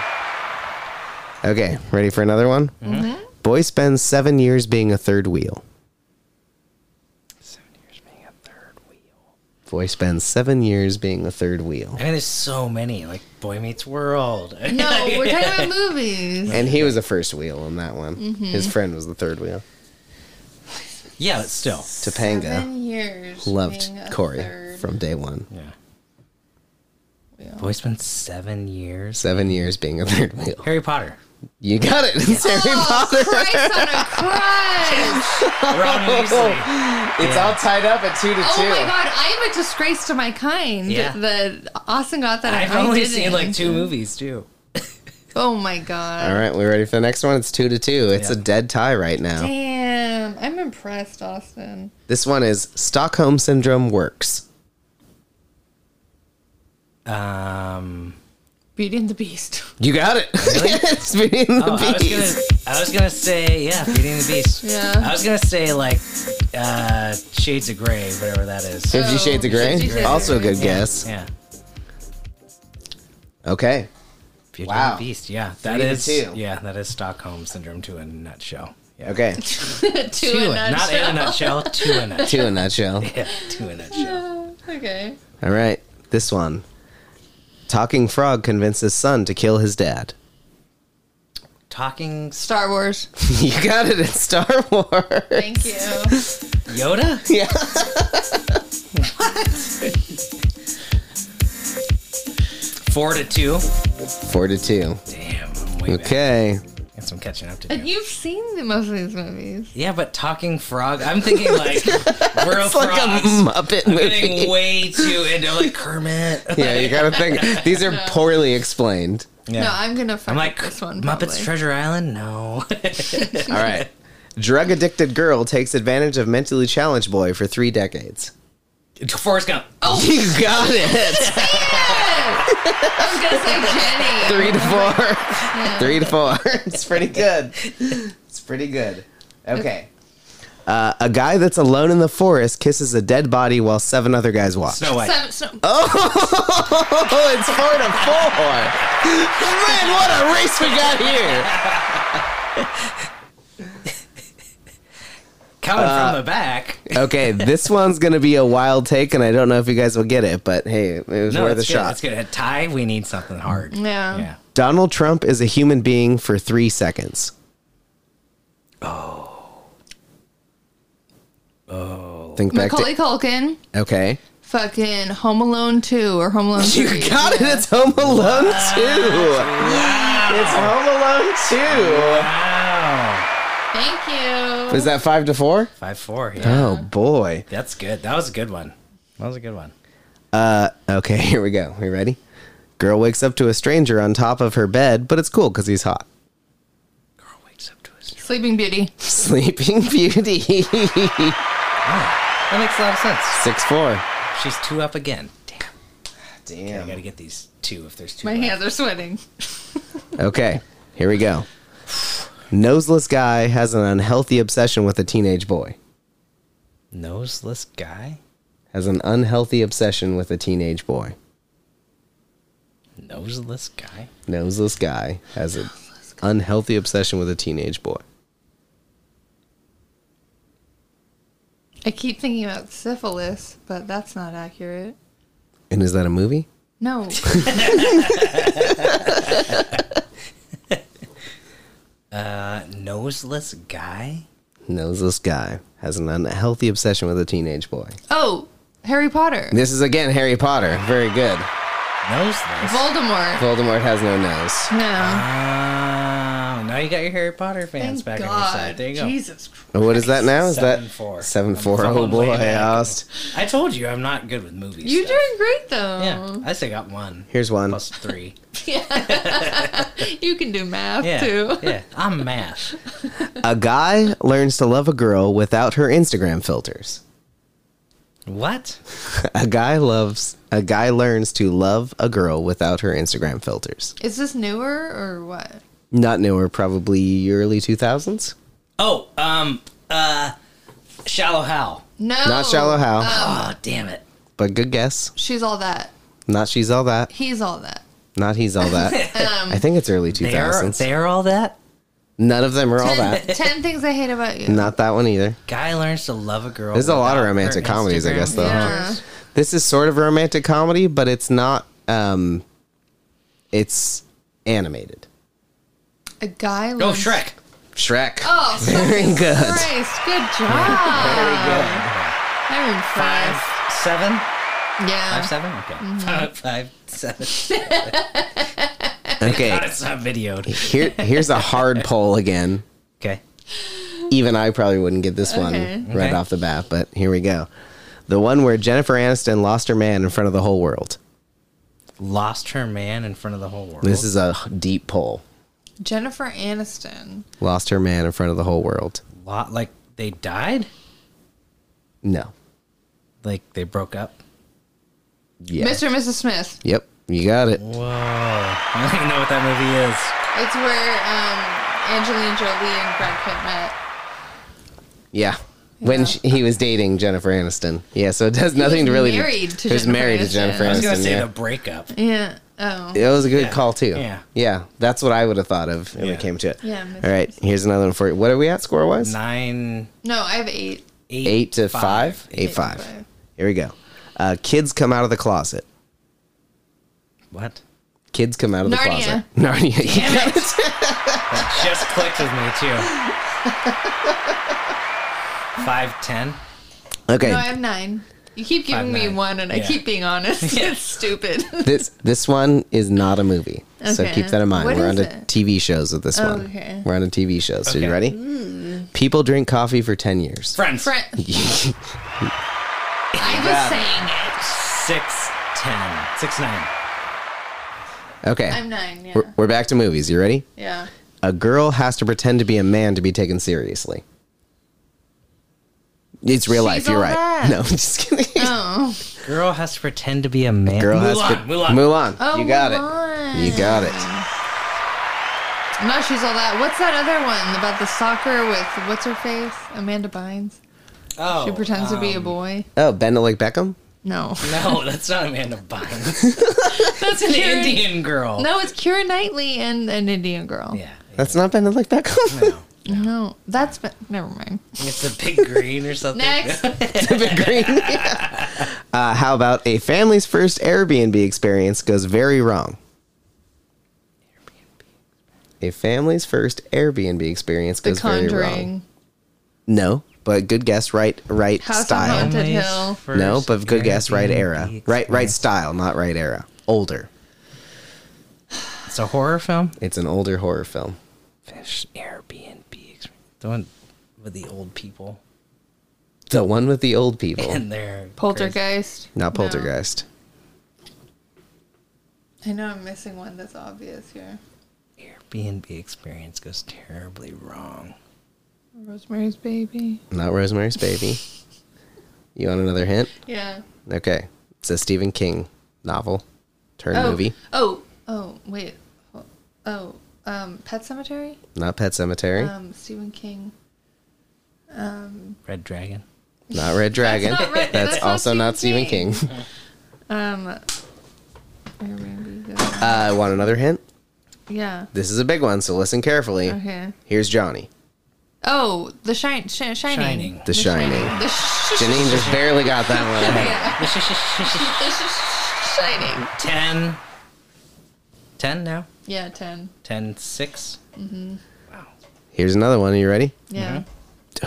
[SPEAKER 3] Okay, ready for another one?
[SPEAKER 1] Mm-hmm.
[SPEAKER 3] Boy spends seven years being a third wheel.
[SPEAKER 2] Seven years being a third wheel.
[SPEAKER 3] Boy spends seven years being a third wheel.
[SPEAKER 2] I mean, there's so many like Boy Meets World. *laughs*
[SPEAKER 1] No, we're talking about movies.
[SPEAKER 3] And he was the first wheel on that one.
[SPEAKER 1] Mm-hmm.
[SPEAKER 3] His friend was the third wheel.
[SPEAKER 2] yeah, but still.
[SPEAKER 3] Topanga
[SPEAKER 1] Seven years.
[SPEAKER 3] loved
[SPEAKER 1] being a
[SPEAKER 3] Corey
[SPEAKER 1] third
[SPEAKER 3] from day one.
[SPEAKER 2] Yeah.
[SPEAKER 1] wheel.
[SPEAKER 2] Boy spent seven years.
[SPEAKER 3] Seven years being a third wheel.
[SPEAKER 2] Harry Potter.
[SPEAKER 3] You got it. *laughs* It's Harry
[SPEAKER 1] Oh,
[SPEAKER 3] Potter.
[SPEAKER 1] Christ on
[SPEAKER 3] *laughs*
[SPEAKER 1] a Christ! *laughs*
[SPEAKER 2] Ron Weasley.
[SPEAKER 3] It's all tied up at two to two.
[SPEAKER 1] Oh my god, I am a disgrace to my kind.
[SPEAKER 2] Yeah.
[SPEAKER 1] The Austin got that. and
[SPEAKER 2] I've
[SPEAKER 1] I
[SPEAKER 2] only
[SPEAKER 1] didn't.
[SPEAKER 2] seen like two movies too.
[SPEAKER 1] Oh my god.
[SPEAKER 3] All right, we ready for the next one? It's two to two. It's a
[SPEAKER 2] Yeah.
[SPEAKER 3] dead tie right now.
[SPEAKER 1] Damn, I'm impressed, Austin.
[SPEAKER 3] This one is Stockholm Syndrome works.
[SPEAKER 2] Um,
[SPEAKER 1] Beauty and the *laughs* Beast.
[SPEAKER 3] You got it. *laughs* it's Beauty and the
[SPEAKER 2] oh, I was
[SPEAKER 3] Beast.
[SPEAKER 2] gonna, I was gonna say yeah, Beauty and the Beast.
[SPEAKER 1] Yeah.
[SPEAKER 2] I was gonna say like uh, Shades of Grey, whatever that is.
[SPEAKER 3] Fifty
[SPEAKER 1] Oh,
[SPEAKER 3] Shades of Grey.
[SPEAKER 1] Fifty Shades of
[SPEAKER 3] also a
[SPEAKER 1] Grey.
[SPEAKER 3] good guess.
[SPEAKER 2] Yeah.
[SPEAKER 3] Okay.
[SPEAKER 2] Beauty
[SPEAKER 3] Wow.
[SPEAKER 2] and the Beast. Yeah, that
[SPEAKER 3] to
[SPEAKER 2] is.
[SPEAKER 3] two.
[SPEAKER 2] Yeah, that is Stockholm syndrome to a nutshell. Yeah.
[SPEAKER 3] Okay.
[SPEAKER 1] to
[SPEAKER 2] To
[SPEAKER 1] a
[SPEAKER 2] a- not in a
[SPEAKER 1] nutshell.
[SPEAKER 2] nutshell. To
[SPEAKER 1] *laughs*
[SPEAKER 2] a nutshell.
[SPEAKER 3] two in a nutshell.
[SPEAKER 2] Yeah, to a nutshell.
[SPEAKER 1] okay.
[SPEAKER 3] All right, this one. Talking frog convinces son to kill his dad. *laughs*
[SPEAKER 2] Talking s-
[SPEAKER 1] Star Wars.
[SPEAKER 3] you got it in Star
[SPEAKER 1] *laughs*
[SPEAKER 3] Wars. *laughs*
[SPEAKER 1] Thank you.
[SPEAKER 2] Yoda.
[SPEAKER 3] yeah.
[SPEAKER 2] Four to two.
[SPEAKER 3] Four to two.
[SPEAKER 2] Damn. I'm way back.
[SPEAKER 3] Okay.
[SPEAKER 2] Got some catching up to do.
[SPEAKER 1] And you've seen the, most of these movies.
[SPEAKER 2] Yeah, but talking frog,
[SPEAKER 1] *laughs*
[SPEAKER 2] I'm thinking like we're
[SPEAKER 3] It's like a
[SPEAKER 2] frogs.
[SPEAKER 3] Muppet
[SPEAKER 2] I'm *laughs* getting
[SPEAKER 3] movie. *laughs*
[SPEAKER 2] way too into like Kermit.
[SPEAKER 3] Yeah, you gotta think. These are poorly explained.
[SPEAKER 1] *laughs*
[SPEAKER 2] Yeah.
[SPEAKER 1] No, I'm gonna fuck
[SPEAKER 2] I'm
[SPEAKER 1] like,
[SPEAKER 2] like
[SPEAKER 1] this one.
[SPEAKER 2] Muppets
[SPEAKER 1] probably.
[SPEAKER 2] Treasure Island. No, *laughs*
[SPEAKER 3] All right. Drug addicted girl takes advantage of mentally challenged boy for three decades.
[SPEAKER 2] Forrest Gump. Oh,
[SPEAKER 3] *laughs* You got it.
[SPEAKER 1] I was gonna say Jenny.
[SPEAKER 3] Three to four. Three to four. *laughs* It's pretty good. It's pretty good. Okay. Uh, a guy that's alone in the forest kisses a dead body while seven other guys watch.
[SPEAKER 2] Snow White.
[SPEAKER 1] Seven, Snow-
[SPEAKER 3] *laughs* Oh, it's four to four. Man, what a race we got here.
[SPEAKER 2] Coming
[SPEAKER 3] uh,
[SPEAKER 2] from the back.
[SPEAKER 3] Okay, this one's going to be a wild take, and I don't know if you guys will get it, but hey, it was
[SPEAKER 2] No,
[SPEAKER 3] worth a
[SPEAKER 2] it's good.
[SPEAKER 3] shot.
[SPEAKER 2] It's good. At tie, we need something hard.
[SPEAKER 1] Yeah.
[SPEAKER 2] Yeah.
[SPEAKER 3] Donald Trump is a human being for three seconds. Oh. Oh. Think back
[SPEAKER 1] Macaulay Culkin.
[SPEAKER 3] to. Okay.
[SPEAKER 1] fucking Home Alone 2 or Home Alone 3.
[SPEAKER 3] You got it. It's Home Alone 2. It's Home Alone
[SPEAKER 2] Wow.
[SPEAKER 1] Thank
[SPEAKER 3] 2.
[SPEAKER 1] you.
[SPEAKER 3] Is that five to four?
[SPEAKER 2] 5 4. Yeah.
[SPEAKER 3] Oh, boy.
[SPEAKER 2] That's good. That was a good one. That was a good one.
[SPEAKER 3] Okay, *laughs* here we go. We ready? Girl wakes up to a stranger on top of her bed, but it's cool because he's hot. *laughs*
[SPEAKER 2] Girl wakes up to a str-
[SPEAKER 1] Sleeping Beauty.
[SPEAKER 3] Sleeping Beauty. *laughs* 6
[SPEAKER 2] Wow. That makes a lot of sense.
[SPEAKER 3] 4.
[SPEAKER 2] She's two up again. Damn. Okay, I
[SPEAKER 3] Damn.
[SPEAKER 2] gotta get these two if there's two.
[SPEAKER 1] My
[SPEAKER 2] left.
[SPEAKER 1] hands are sweating.
[SPEAKER 3] Okay, here we go. Noseless guy has an unhealthy obsession with a teenage boy.
[SPEAKER 2] Noseless guy?
[SPEAKER 3] Has an unhealthy obsession with a teenage boy.
[SPEAKER 2] Noseless guy?
[SPEAKER 3] Noseless guy has an unhealthy obsession with a teenage boy.
[SPEAKER 1] I keep thinking about syphilis, but that's not accurate.
[SPEAKER 3] And is that a movie?
[SPEAKER 1] No.
[SPEAKER 2] Uh, noseless guy?
[SPEAKER 3] Noseless guy has an unhealthy obsession with a teenage boy.
[SPEAKER 1] Oh, Harry Potter.
[SPEAKER 3] This is again Harry Potter. Very good.
[SPEAKER 2] Noseless.
[SPEAKER 1] Voldemort.
[SPEAKER 3] Voldemort has no nose.
[SPEAKER 1] No.
[SPEAKER 2] Oh, now you got your Harry Potter fans back on your side. There you go.
[SPEAKER 1] Jesus Christ.
[SPEAKER 3] What is that now? Is
[SPEAKER 2] Seven
[SPEAKER 3] that
[SPEAKER 2] four.
[SPEAKER 3] Seven
[SPEAKER 2] I'm
[SPEAKER 3] four. Oh
[SPEAKER 2] falling way
[SPEAKER 3] boy, I
[SPEAKER 2] back.
[SPEAKER 3] asked.
[SPEAKER 2] I told you I'm not good with movies.
[SPEAKER 1] You're
[SPEAKER 2] stuff.
[SPEAKER 1] doing great though.
[SPEAKER 2] Yeah, I still got one.
[SPEAKER 3] Here's one.
[SPEAKER 2] plus three.
[SPEAKER 1] You can do math
[SPEAKER 2] Yeah,
[SPEAKER 1] too.
[SPEAKER 2] yeah. I'm
[SPEAKER 1] *laughs*
[SPEAKER 2] math.
[SPEAKER 3] A guy learns to love a girl without her Instagram filters.
[SPEAKER 2] What?
[SPEAKER 3] A guy loves. A guy learns to love a girl without her Instagram filters.
[SPEAKER 1] Is this newer or what?
[SPEAKER 3] Not newer, probably early two thousands.
[SPEAKER 2] Oh, um, uh, Shallow Hal.
[SPEAKER 1] No.
[SPEAKER 3] Not shallow how,
[SPEAKER 2] Oh, damn it.
[SPEAKER 3] but good guess.
[SPEAKER 1] She's all that.
[SPEAKER 3] Not she's all that.
[SPEAKER 1] He's all that. Um,
[SPEAKER 3] Not he's all that.
[SPEAKER 1] *laughs*
[SPEAKER 3] I think it's early two
[SPEAKER 2] They're
[SPEAKER 3] thousands.
[SPEAKER 2] they're all that.
[SPEAKER 3] None of them are all
[SPEAKER 1] Ten, *laughs*
[SPEAKER 3] that.
[SPEAKER 1] ten things I hate about you.
[SPEAKER 3] Not that one either.
[SPEAKER 2] Guy learns to love a girl.
[SPEAKER 3] There's a lot of
[SPEAKER 2] without her
[SPEAKER 3] romantic comedies, I
[SPEAKER 2] Instagram
[SPEAKER 3] guess, though,
[SPEAKER 1] huh?
[SPEAKER 2] pictures.
[SPEAKER 3] This is sort of a romantic comedy, but it's not. Um, it's animated.
[SPEAKER 1] A guy.
[SPEAKER 2] Go
[SPEAKER 1] learns-
[SPEAKER 2] Oh, Shrek.
[SPEAKER 3] Shrek.
[SPEAKER 2] *laughs*
[SPEAKER 1] Oh,
[SPEAKER 3] Very
[SPEAKER 1] fucking
[SPEAKER 3] good.
[SPEAKER 1] Christ. Good job.
[SPEAKER 2] Yeah.
[SPEAKER 1] I'm
[SPEAKER 2] Five,
[SPEAKER 1] impressed.
[SPEAKER 2] seven,
[SPEAKER 1] Yeah.
[SPEAKER 2] five, Mm-hmm. seven. Okay, five, five, seven.
[SPEAKER 3] Okay.
[SPEAKER 2] God, it's not videoed.
[SPEAKER 3] Here, here's a hard poll again.
[SPEAKER 2] Okay.
[SPEAKER 3] Even I probably wouldn't get this
[SPEAKER 1] Okay.
[SPEAKER 3] one right
[SPEAKER 2] Okay.
[SPEAKER 3] off the bat, but here we go. The one where Jennifer Aniston lost her man in front of the whole world.
[SPEAKER 2] Lost her man in front of the whole world.
[SPEAKER 3] This is a deep poll.
[SPEAKER 1] Jennifer Aniston.
[SPEAKER 3] Lost her man in front of the whole world.
[SPEAKER 2] lot like they died.
[SPEAKER 3] No.
[SPEAKER 2] Like they broke up.
[SPEAKER 3] Yeah.
[SPEAKER 1] Mr. and Mrs. Smith.
[SPEAKER 3] Yep. You got it.
[SPEAKER 2] Whoa! *laughs* I don't even know what that movie is.
[SPEAKER 1] It's where um, Angelina Jolie and Brad Pitt met.
[SPEAKER 3] Yeah. When
[SPEAKER 1] Yeah.
[SPEAKER 3] sh he was dating Jennifer Aniston. Yeah, so it does nothing
[SPEAKER 1] was
[SPEAKER 3] to really.
[SPEAKER 1] married to
[SPEAKER 3] he was
[SPEAKER 1] Jennifer
[SPEAKER 3] married to
[SPEAKER 1] Aniston.
[SPEAKER 3] Jennifer
[SPEAKER 1] I
[SPEAKER 2] I was
[SPEAKER 3] Aniston.
[SPEAKER 2] gonna say
[SPEAKER 3] yeah.
[SPEAKER 2] the breakup.
[SPEAKER 1] Yeah. Oh.
[SPEAKER 3] It was a good
[SPEAKER 2] Yeah.
[SPEAKER 3] call too.
[SPEAKER 2] Yeah.
[SPEAKER 3] yeah, that's what I would have thought of when
[SPEAKER 2] Yeah.
[SPEAKER 3] it came to it.
[SPEAKER 1] Yeah, I'm
[SPEAKER 3] All right, here's another one for you. What are we at score wise?
[SPEAKER 2] Nine,
[SPEAKER 1] No, I have
[SPEAKER 2] *laughs*
[SPEAKER 1] eight.
[SPEAKER 2] eight,
[SPEAKER 3] Eight to five. Eight,
[SPEAKER 1] to
[SPEAKER 3] five.
[SPEAKER 1] five.
[SPEAKER 3] Here we go. Uh, kids come out of the closet.
[SPEAKER 2] What?
[SPEAKER 3] Kids come out of the
[SPEAKER 1] Narnia. *laughs*
[SPEAKER 3] closet. Narnia. You got it.
[SPEAKER 2] That just clicked with me too.
[SPEAKER 3] *laughs*
[SPEAKER 2] Five, ten.
[SPEAKER 3] *laughs* Okay.
[SPEAKER 1] No, I have nine. You keep
[SPEAKER 2] Five,
[SPEAKER 1] giving me
[SPEAKER 2] nine.
[SPEAKER 1] one, and I
[SPEAKER 2] *laughs* Yeah.
[SPEAKER 1] keep being honest. it's stupid.
[SPEAKER 3] this this one is not a movie. So
[SPEAKER 1] Okay.
[SPEAKER 3] keep that in mind.
[SPEAKER 1] What
[SPEAKER 3] We're
[SPEAKER 1] is
[SPEAKER 3] on
[SPEAKER 1] it?
[SPEAKER 3] TV shows with this
[SPEAKER 1] Oh,
[SPEAKER 3] one.
[SPEAKER 1] okay. Hmm.
[SPEAKER 3] We're on a TV show. So you
[SPEAKER 2] Okay.
[SPEAKER 3] ready? People drink coffee for 10 years.
[SPEAKER 2] Friends. *laughs*
[SPEAKER 1] Friend, I was
[SPEAKER 2] got it.
[SPEAKER 1] saying
[SPEAKER 2] Six, ten. Six, nine.
[SPEAKER 3] Okay.
[SPEAKER 1] it. I'm nine. Yeah.
[SPEAKER 3] We're, we're back to movies. You ready?
[SPEAKER 1] yeah.
[SPEAKER 3] A girl has to pretend to be a man to be taken seriously. It's real
[SPEAKER 1] She's
[SPEAKER 3] life. You're
[SPEAKER 1] all
[SPEAKER 3] right.
[SPEAKER 1] that.
[SPEAKER 3] *laughs* No, I'm just kidding.
[SPEAKER 1] Oh.
[SPEAKER 2] Girl has to pretend to be a man.
[SPEAKER 3] Girl has
[SPEAKER 2] Mulan,
[SPEAKER 3] to
[SPEAKER 2] Mulan.
[SPEAKER 3] Mulan.
[SPEAKER 1] Oh,
[SPEAKER 3] you got
[SPEAKER 1] Mulan.
[SPEAKER 3] it. You got it.
[SPEAKER 1] No, she's all that. What's that other one about the soccer with what's her face? Amanda Bynes.
[SPEAKER 2] Oh,
[SPEAKER 1] She pretends to be a
[SPEAKER 2] um,
[SPEAKER 1] boy.
[SPEAKER 3] Oh, bend it like Beckham.
[SPEAKER 2] *laughs*
[SPEAKER 1] No. *laughs*
[SPEAKER 2] No, that's not Amanda Bynes.
[SPEAKER 1] That's
[SPEAKER 2] An Indian girl.
[SPEAKER 1] No, it's Kira Knightley and an Indian girl.
[SPEAKER 2] Yeah.
[SPEAKER 3] That's not bend it like Beckham. *laughs*
[SPEAKER 2] No.
[SPEAKER 1] No, that's been, never mind.
[SPEAKER 2] It's a big green or something. *laughs*
[SPEAKER 1] Next.
[SPEAKER 3] Pacific Green. *laughs* uh, how about a family's first Airbnb experience goes very wrong? A family's first Airbnb experience
[SPEAKER 1] the
[SPEAKER 3] goes very wrong.
[SPEAKER 1] Conjuring.
[SPEAKER 3] No, but good guess, right, right
[SPEAKER 1] House on
[SPEAKER 3] style.
[SPEAKER 1] Haunted
[SPEAKER 2] Family's
[SPEAKER 1] Hill.
[SPEAKER 2] first
[SPEAKER 3] no, but good guess, right
[SPEAKER 2] Airbnb
[SPEAKER 3] era, right, right
[SPEAKER 2] experience.
[SPEAKER 3] style, not right era. Older.
[SPEAKER 2] It's a horror film.
[SPEAKER 3] It's an older horror film.
[SPEAKER 2] Fish Airbnb experience. The one with the old people
[SPEAKER 3] The one with the old people,
[SPEAKER 2] and their
[SPEAKER 1] Poltergeist.
[SPEAKER 3] not
[SPEAKER 1] No.
[SPEAKER 3] Poltergeist.
[SPEAKER 1] I know I'm missing one that's obvious here.
[SPEAKER 2] crazy Airbnb experience goes terribly wrong.
[SPEAKER 1] Rosemary's Baby.
[SPEAKER 3] Not Rosemary's Baby. You want another hint?
[SPEAKER 1] Yeah.
[SPEAKER 3] Okay, it's a Stephen King novel, turn
[SPEAKER 1] oh.
[SPEAKER 3] movie,
[SPEAKER 1] Oh. Oh. Wait. Oh. Um. Pet Cemetery.
[SPEAKER 3] not Pet Cemetery,
[SPEAKER 1] Um. Stephen King.
[SPEAKER 2] Red Dragon.
[SPEAKER 3] not Red Dragon.
[SPEAKER 1] not Red-
[SPEAKER 3] That's,
[SPEAKER 1] that's not
[SPEAKER 3] also not
[SPEAKER 1] Stephen
[SPEAKER 3] Stephen King.
[SPEAKER 1] King. Um. Airbnb. goes-
[SPEAKER 3] uh, want another hint?
[SPEAKER 1] Yeah.
[SPEAKER 3] This is a big one, so listen carefully.
[SPEAKER 1] Okay.
[SPEAKER 3] Here's Johnny.
[SPEAKER 1] Oh, the shine, sh- shining.
[SPEAKER 2] Shining.
[SPEAKER 3] The Shining.
[SPEAKER 1] The sh-
[SPEAKER 3] Janine just barely got that
[SPEAKER 1] yeah.
[SPEAKER 3] one.
[SPEAKER 2] *laughs*
[SPEAKER 1] The sh- shining.
[SPEAKER 2] Ten. Ten now.
[SPEAKER 1] Yeah, ten.
[SPEAKER 2] Ten six. Mm-hmm. Wow.
[SPEAKER 3] Here's another one. Are you ready?
[SPEAKER 1] Yeah.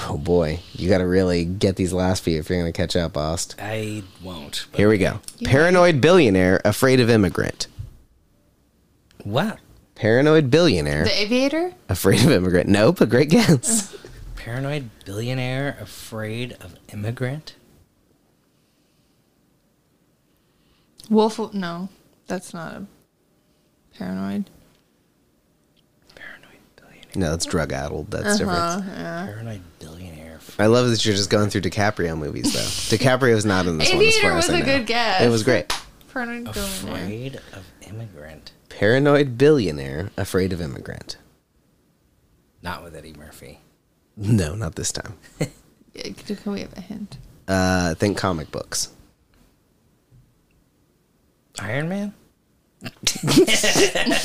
[SPEAKER 3] Oh boy, you got to really get these last few if you're going to catch up, Ost.
[SPEAKER 2] I won't. but-
[SPEAKER 3] Here we go. Paranoid billionaire afraid of immigrant.
[SPEAKER 2] What?
[SPEAKER 3] Paranoid billionaire
[SPEAKER 1] The Aviator.
[SPEAKER 3] afraid of immigrant. Nope, a great guess.
[SPEAKER 2] Paranoid billionaire afraid of immigrant?
[SPEAKER 1] Wolf. of- No, that's not a paranoid.
[SPEAKER 2] Paranoid billionaire.
[SPEAKER 3] no, it's drug addled. That's
[SPEAKER 1] Uh-huh.
[SPEAKER 3] different.
[SPEAKER 2] Paranoid billionaire. af-
[SPEAKER 3] I love that you're just going through DiCaprio movies
[SPEAKER 1] *laughs*
[SPEAKER 3] though. DiCaprio's not in this
[SPEAKER 1] Aviator
[SPEAKER 3] one. As
[SPEAKER 1] was
[SPEAKER 3] far as I
[SPEAKER 1] a
[SPEAKER 3] know.
[SPEAKER 1] good guess.
[SPEAKER 3] It was great.
[SPEAKER 1] Paranoid billionaire.
[SPEAKER 2] Afraid of immigrant.
[SPEAKER 3] Paranoid billionaire afraid of immigrant.
[SPEAKER 2] Not with Eddie Murphy.
[SPEAKER 3] No, not this time.
[SPEAKER 1] Yeah, c- Can we have a hint?
[SPEAKER 3] Uh, think comic books.
[SPEAKER 2] Iron Man?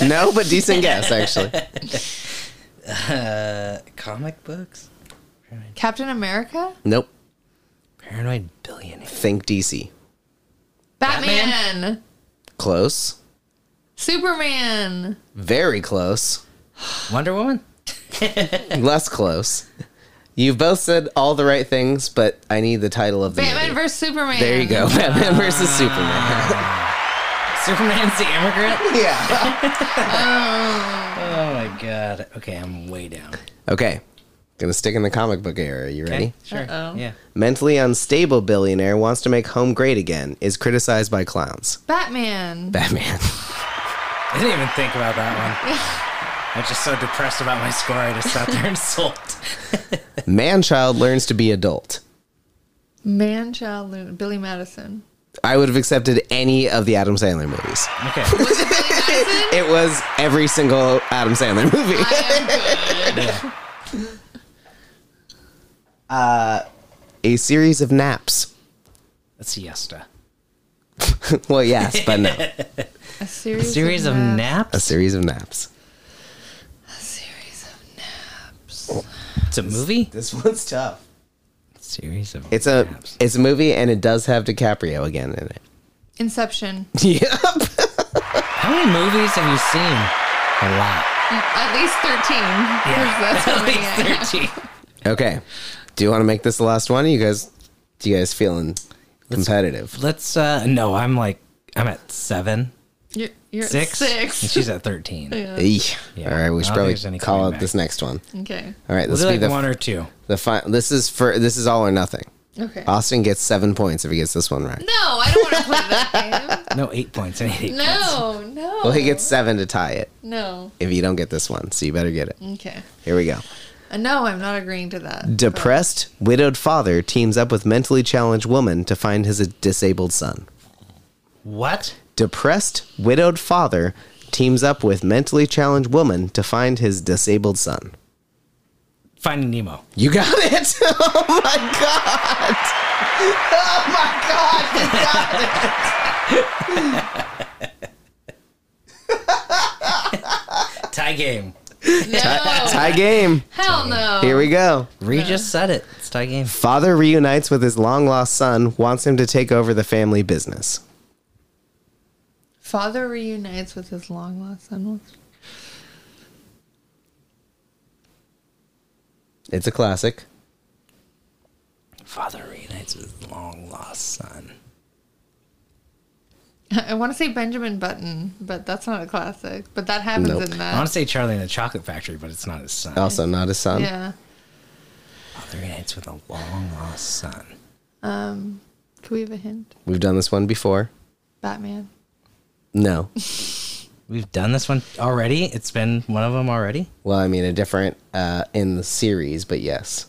[SPEAKER 3] No, but decent
[SPEAKER 1] *laughs*
[SPEAKER 3] guess actually.
[SPEAKER 2] Comic books?
[SPEAKER 1] Captain America.
[SPEAKER 3] Nope.
[SPEAKER 2] Paranoid billionaire.
[SPEAKER 3] Think DC.
[SPEAKER 1] Batman.
[SPEAKER 2] Batman?
[SPEAKER 3] Close.
[SPEAKER 1] Superman.
[SPEAKER 3] Very close.
[SPEAKER 2] Wonder Woman?
[SPEAKER 3] Less close. You've both said all the right things, but I need the title of the
[SPEAKER 1] Batman
[SPEAKER 3] movie.
[SPEAKER 1] versus Superman.
[SPEAKER 3] There you go. Batman
[SPEAKER 1] *laughs*
[SPEAKER 3] versus Superman.
[SPEAKER 2] Superman's the immigrant?
[SPEAKER 3] yeah.
[SPEAKER 2] *laughs* Oh my god. Okay, I'm way down.
[SPEAKER 3] Okay. Gonna stick in the comic book era. You ready?
[SPEAKER 2] Okay, sure.
[SPEAKER 1] Uh-oh.
[SPEAKER 2] Yeah.
[SPEAKER 3] Mentally unstable billionaire wants to make home great again. Is criticized by clowns.
[SPEAKER 1] Batman.
[SPEAKER 2] *laughs*
[SPEAKER 3] Batman.
[SPEAKER 2] I didn't even think about that
[SPEAKER 1] *laughs*
[SPEAKER 2] one. I was just so depressed about my score, I just sat there and sulked.
[SPEAKER 3] Manchild learns to be adult.
[SPEAKER 1] Man, child, Loon- Billy Madison.
[SPEAKER 3] I would have accepted any of the Adam Sandler movies.
[SPEAKER 1] *laughs*
[SPEAKER 2] Okay.
[SPEAKER 3] It was every single Adam Sandler
[SPEAKER 2] *laughs*
[SPEAKER 3] movie. A series of naps. *laughs*
[SPEAKER 2] A siesta.
[SPEAKER 3] well, yes, but no.
[SPEAKER 1] A series.
[SPEAKER 2] Series of
[SPEAKER 1] naps.
[SPEAKER 3] A
[SPEAKER 2] naps?
[SPEAKER 3] series of naps.
[SPEAKER 1] Series of naps.
[SPEAKER 2] It's a movie?
[SPEAKER 3] This one's tough.
[SPEAKER 2] Series of
[SPEAKER 3] It's a
[SPEAKER 2] naps.
[SPEAKER 3] it's a movie and it does have DiCaprio again in it.
[SPEAKER 1] Inception.
[SPEAKER 3] Yep.
[SPEAKER 2] How many movies have you seen? A lot.
[SPEAKER 1] At least thirteen. 'cause That's how
[SPEAKER 2] *laughs* At
[SPEAKER 1] many I-
[SPEAKER 2] least 13.
[SPEAKER 3] *laughs* Okay. Do you want to make this the last one? You guys, do you guys feeling competitive?
[SPEAKER 2] Let's, uh, no, I'm like, I'm at seven,
[SPEAKER 1] You're, you're at
[SPEAKER 2] six,
[SPEAKER 1] six.
[SPEAKER 2] and she's at
[SPEAKER 1] *laughs*
[SPEAKER 2] 13.
[SPEAKER 1] Yeah.
[SPEAKER 3] Eeh.
[SPEAKER 2] Yeah.
[SPEAKER 3] All right, we
[SPEAKER 2] I don't
[SPEAKER 3] should probably
[SPEAKER 2] think there's any
[SPEAKER 3] call
[SPEAKER 2] coming
[SPEAKER 3] out
[SPEAKER 2] back.
[SPEAKER 3] this next one.
[SPEAKER 1] Okay.
[SPEAKER 3] All right,
[SPEAKER 2] We'll
[SPEAKER 3] this
[SPEAKER 2] do
[SPEAKER 3] will be
[SPEAKER 2] like
[SPEAKER 3] the
[SPEAKER 2] one or two.
[SPEAKER 3] the fi- This is for this is all or nothing.
[SPEAKER 1] Okay.
[SPEAKER 3] Austin gets seven points if he gets this one right.
[SPEAKER 1] no, I don't want to play that
[SPEAKER 2] No, eight points. I need eight
[SPEAKER 1] game. No, no.
[SPEAKER 3] Well, he gets seven to tie it
[SPEAKER 1] no.
[SPEAKER 3] if you don't get this one. So you better get it.
[SPEAKER 1] Okay.
[SPEAKER 3] Here we go.
[SPEAKER 1] Uh, no, I'm not agreeing to that.
[SPEAKER 3] Depressed, widowed father teams up with mentally challenged woman to find his disabled son.
[SPEAKER 2] What?
[SPEAKER 3] Depressed, widowed father teams up with mentally challenged woman to find his disabled son.
[SPEAKER 2] Finding Nemo.
[SPEAKER 3] You got *laughs* it. Oh my god. Oh my god, you got it.
[SPEAKER 2] Tie game.
[SPEAKER 1] no.
[SPEAKER 3] Tie game.
[SPEAKER 1] Hell no.
[SPEAKER 3] Here we go.
[SPEAKER 2] Regis said it. It's tie game.
[SPEAKER 3] Father reunites with his long lost son, wants him to take over the family business.
[SPEAKER 1] Father reunites with his long lost son. once-
[SPEAKER 3] It's a classic.
[SPEAKER 2] Father reunites with his long lost son.
[SPEAKER 1] *laughs* I want to say Benjamin Button, but that's not a classic. But that happens
[SPEAKER 3] Nope.
[SPEAKER 1] in
[SPEAKER 2] I want
[SPEAKER 1] that.
[SPEAKER 2] to say Charlie and the Chocolate Factory, but it's not his son.
[SPEAKER 3] Also, not his son.
[SPEAKER 1] Yeah.
[SPEAKER 2] Father reunites with a long lost son.
[SPEAKER 1] Um, can we have a hint?
[SPEAKER 3] We've done this one before.
[SPEAKER 1] Batman.
[SPEAKER 3] No.
[SPEAKER 2] We've done this one already. It's been one of them already.
[SPEAKER 3] Well, I mean, a different uh, in the series, but yes,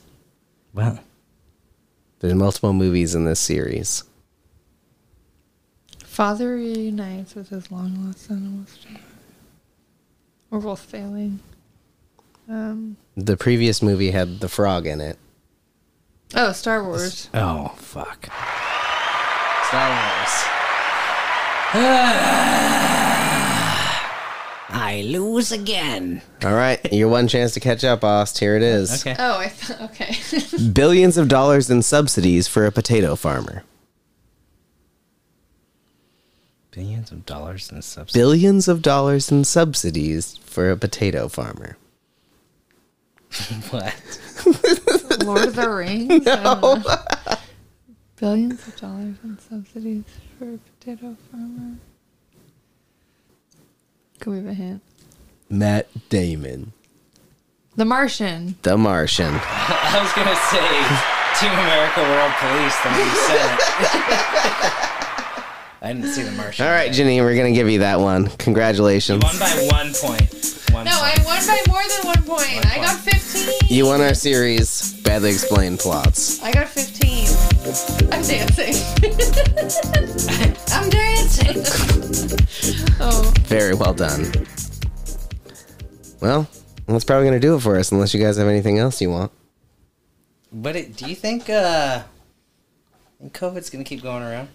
[SPEAKER 2] Well,
[SPEAKER 3] there's multiple movies in this series.
[SPEAKER 1] Father reunites with his long lost son. and wants to- We're both failing. Um,
[SPEAKER 3] The previous movie had the frog in it.
[SPEAKER 1] oh, Star Wars.
[SPEAKER 2] oh fuck.
[SPEAKER 3] Star Wars.
[SPEAKER 2] I lose again.
[SPEAKER 3] All right, your one chance to catch up, Ost. Here it is.
[SPEAKER 2] Okay.
[SPEAKER 1] Oh, I thought, okay.
[SPEAKER 3] *laughs* Billions of dollars in subsidies for a potato farmer.
[SPEAKER 2] Billions of dollars in subsidies.
[SPEAKER 3] Billions of dollars in subsidies for a potato farmer.
[SPEAKER 2] what?
[SPEAKER 1] Lord of the Rings? I don't know. Billions of dollars in subsidies for a potato farmer. Can we have a hint?
[SPEAKER 3] Matt Damon.
[SPEAKER 1] The Martian.
[SPEAKER 3] The Martian.
[SPEAKER 2] I was gonna say Team America World Police. Then you said it. I didn't see the Martian.
[SPEAKER 3] All right, Janine, we're going to give you that one. Congratulations.
[SPEAKER 2] One by one point. One
[SPEAKER 1] No,
[SPEAKER 2] point.
[SPEAKER 1] I won by more than one point. I got 15.
[SPEAKER 3] You won our series, Badly Explained Plots.
[SPEAKER 1] I got 15. I'm dancing. *laughs* I'm dancing. *laughs* oh,
[SPEAKER 3] Very well done. Well, that's probably going to do it for us, unless you guys have anything else you want.
[SPEAKER 2] But it, do you think uh, think COVID's gonna keep going around?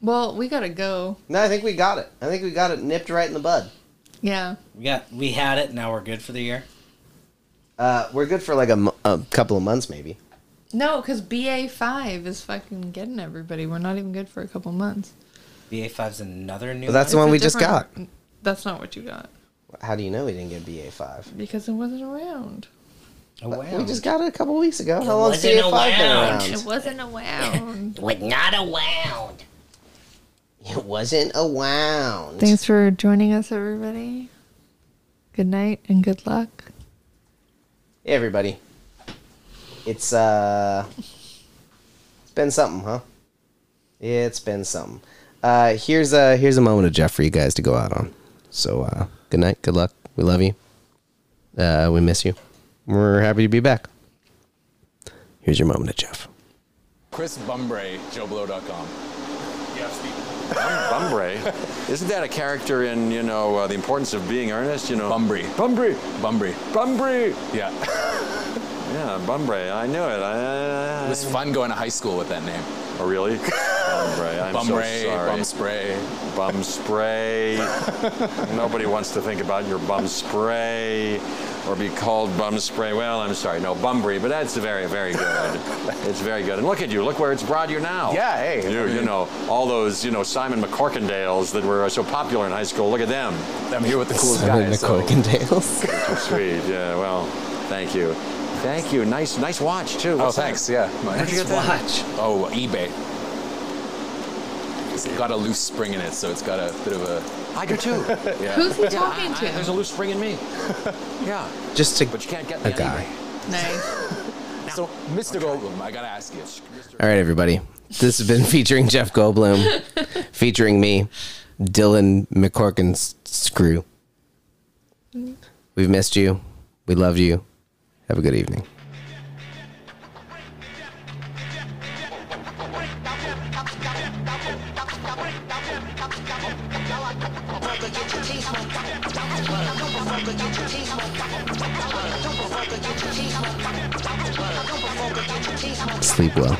[SPEAKER 1] well, we gotta go.
[SPEAKER 3] No, I think we got it. I think we got it nipped right in the bud.
[SPEAKER 1] Yeah.
[SPEAKER 2] We got we had it. Now we're good for the year.
[SPEAKER 3] Uh, we're good for like a, mo- a couple of months, maybe.
[SPEAKER 1] No, because BA5 is fucking getting everybody. We're not even good for a couple months.
[SPEAKER 2] BA 5s another new.
[SPEAKER 3] Well, that's
[SPEAKER 1] It's
[SPEAKER 3] the
[SPEAKER 1] a
[SPEAKER 3] one we just got.
[SPEAKER 1] different- That's not what you got
[SPEAKER 3] How do you know we didn't get BA5?
[SPEAKER 1] because it wasn't around.
[SPEAKER 2] one. Oh, wow.
[SPEAKER 3] We just got it a couple of weeks ago. How long's
[SPEAKER 2] wasn't
[SPEAKER 3] BA5 been
[SPEAKER 2] around.
[SPEAKER 3] around?
[SPEAKER 1] wasn't around.
[SPEAKER 2] Like not around.
[SPEAKER 3] It wasn't
[SPEAKER 1] *laughs*
[SPEAKER 3] around.
[SPEAKER 1] Thanks for joining us, everybody. Good night and good luck.
[SPEAKER 3] Hey, everybody. It's uh It's been something, huh? It's been something. Uh here's a here's a moment of Jeff for you guys to go out on. So uh good night, good luck. We love you. Uh we miss you. We're happy to be back. Here's your moment of Jeff.
[SPEAKER 4] Chris Bumbray, JoeBlow.com.
[SPEAKER 5] Bumbray. Isn't that a character in, you know, uh, The Importance of Being Earnest? You know,
[SPEAKER 4] Bumbry.
[SPEAKER 5] Bumbray.
[SPEAKER 4] Bumbry.
[SPEAKER 5] Bumbray. *laughs*
[SPEAKER 4] Yeah.
[SPEAKER 5] Yeah, Bumbray. I knew it. I, I,
[SPEAKER 4] It was fun going to high school with that name.
[SPEAKER 5] oh, really? Bumbray. I'm
[SPEAKER 4] Bum
[SPEAKER 5] so
[SPEAKER 4] Ray,
[SPEAKER 5] sorry.
[SPEAKER 4] Bum Spray.
[SPEAKER 5] Bum spray. Nobody wants to think about your bum spray or be called bum spray. Well, I'm sorry. No, Bumbray. But that's very, very good. it's very good. And look at you. Look where it's brought you now.
[SPEAKER 4] Yeah, hey.
[SPEAKER 5] You, you know, all those, you know, Simon McCorkindales that were so popular in high school. Look at them.
[SPEAKER 4] I'm here with the coolest
[SPEAKER 3] Simon
[SPEAKER 4] guys. so-
[SPEAKER 3] McCorkindales.
[SPEAKER 5] Sweet. Yeah. Well, thank you. Thank you. Nice, nice watch too.
[SPEAKER 4] Oh,
[SPEAKER 5] What's that?
[SPEAKER 4] thanks. Yeah.
[SPEAKER 5] Where'd you
[SPEAKER 4] Mine.
[SPEAKER 5] get that?
[SPEAKER 2] Watch.
[SPEAKER 4] Oh, eBay. It's got a loose spring in it, so it's got a bit of a.
[SPEAKER 5] I do too.
[SPEAKER 4] Yeah.
[SPEAKER 1] *laughs* Who's he
[SPEAKER 5] Yeah, I-
[SPEAKER 1] talking
[SPEAKER 5] I- there's a
[SPEAKER 1] to?
[SPEAKER 5] loose spring
[SPEAKER 1] *laughs*
[SPEAKER 5] in me. Yeah,
[SPEAKER 3] Just to
[SPEAKER 5] but you can't get
[SPEAKER 3] a
[SPEAKER 5] me on
[SPEAKER 3] guy.
[SPEAKER 5] eBay.
[SPEAKER 1] Nice.
[SPEAKER 4] So, Mr. Goldblum, I gotta ask you.
[SPEAKER 3] All right, everybody. This has been *laughs* featuring Jeff Goldblum, featuring me, Dylan McCorkin S- Screw. We've missed you. We love you. Have a good evening. Sleep well.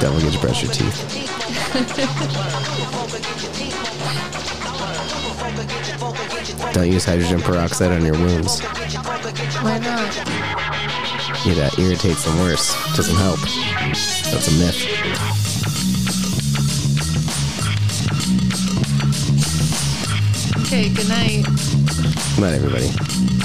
[SPEAKER 3] Don't forget to brush your teeth. Don't use hydrogen peroxide on your wounds.
[SPEAKER 1] Why not?
[SPEAKER 3] It uh, irritates them worse. Doesn't help. That's a myth.
[SPEAKER 1] Okay, good night.
[SPEAKER 3] Good night, everybody.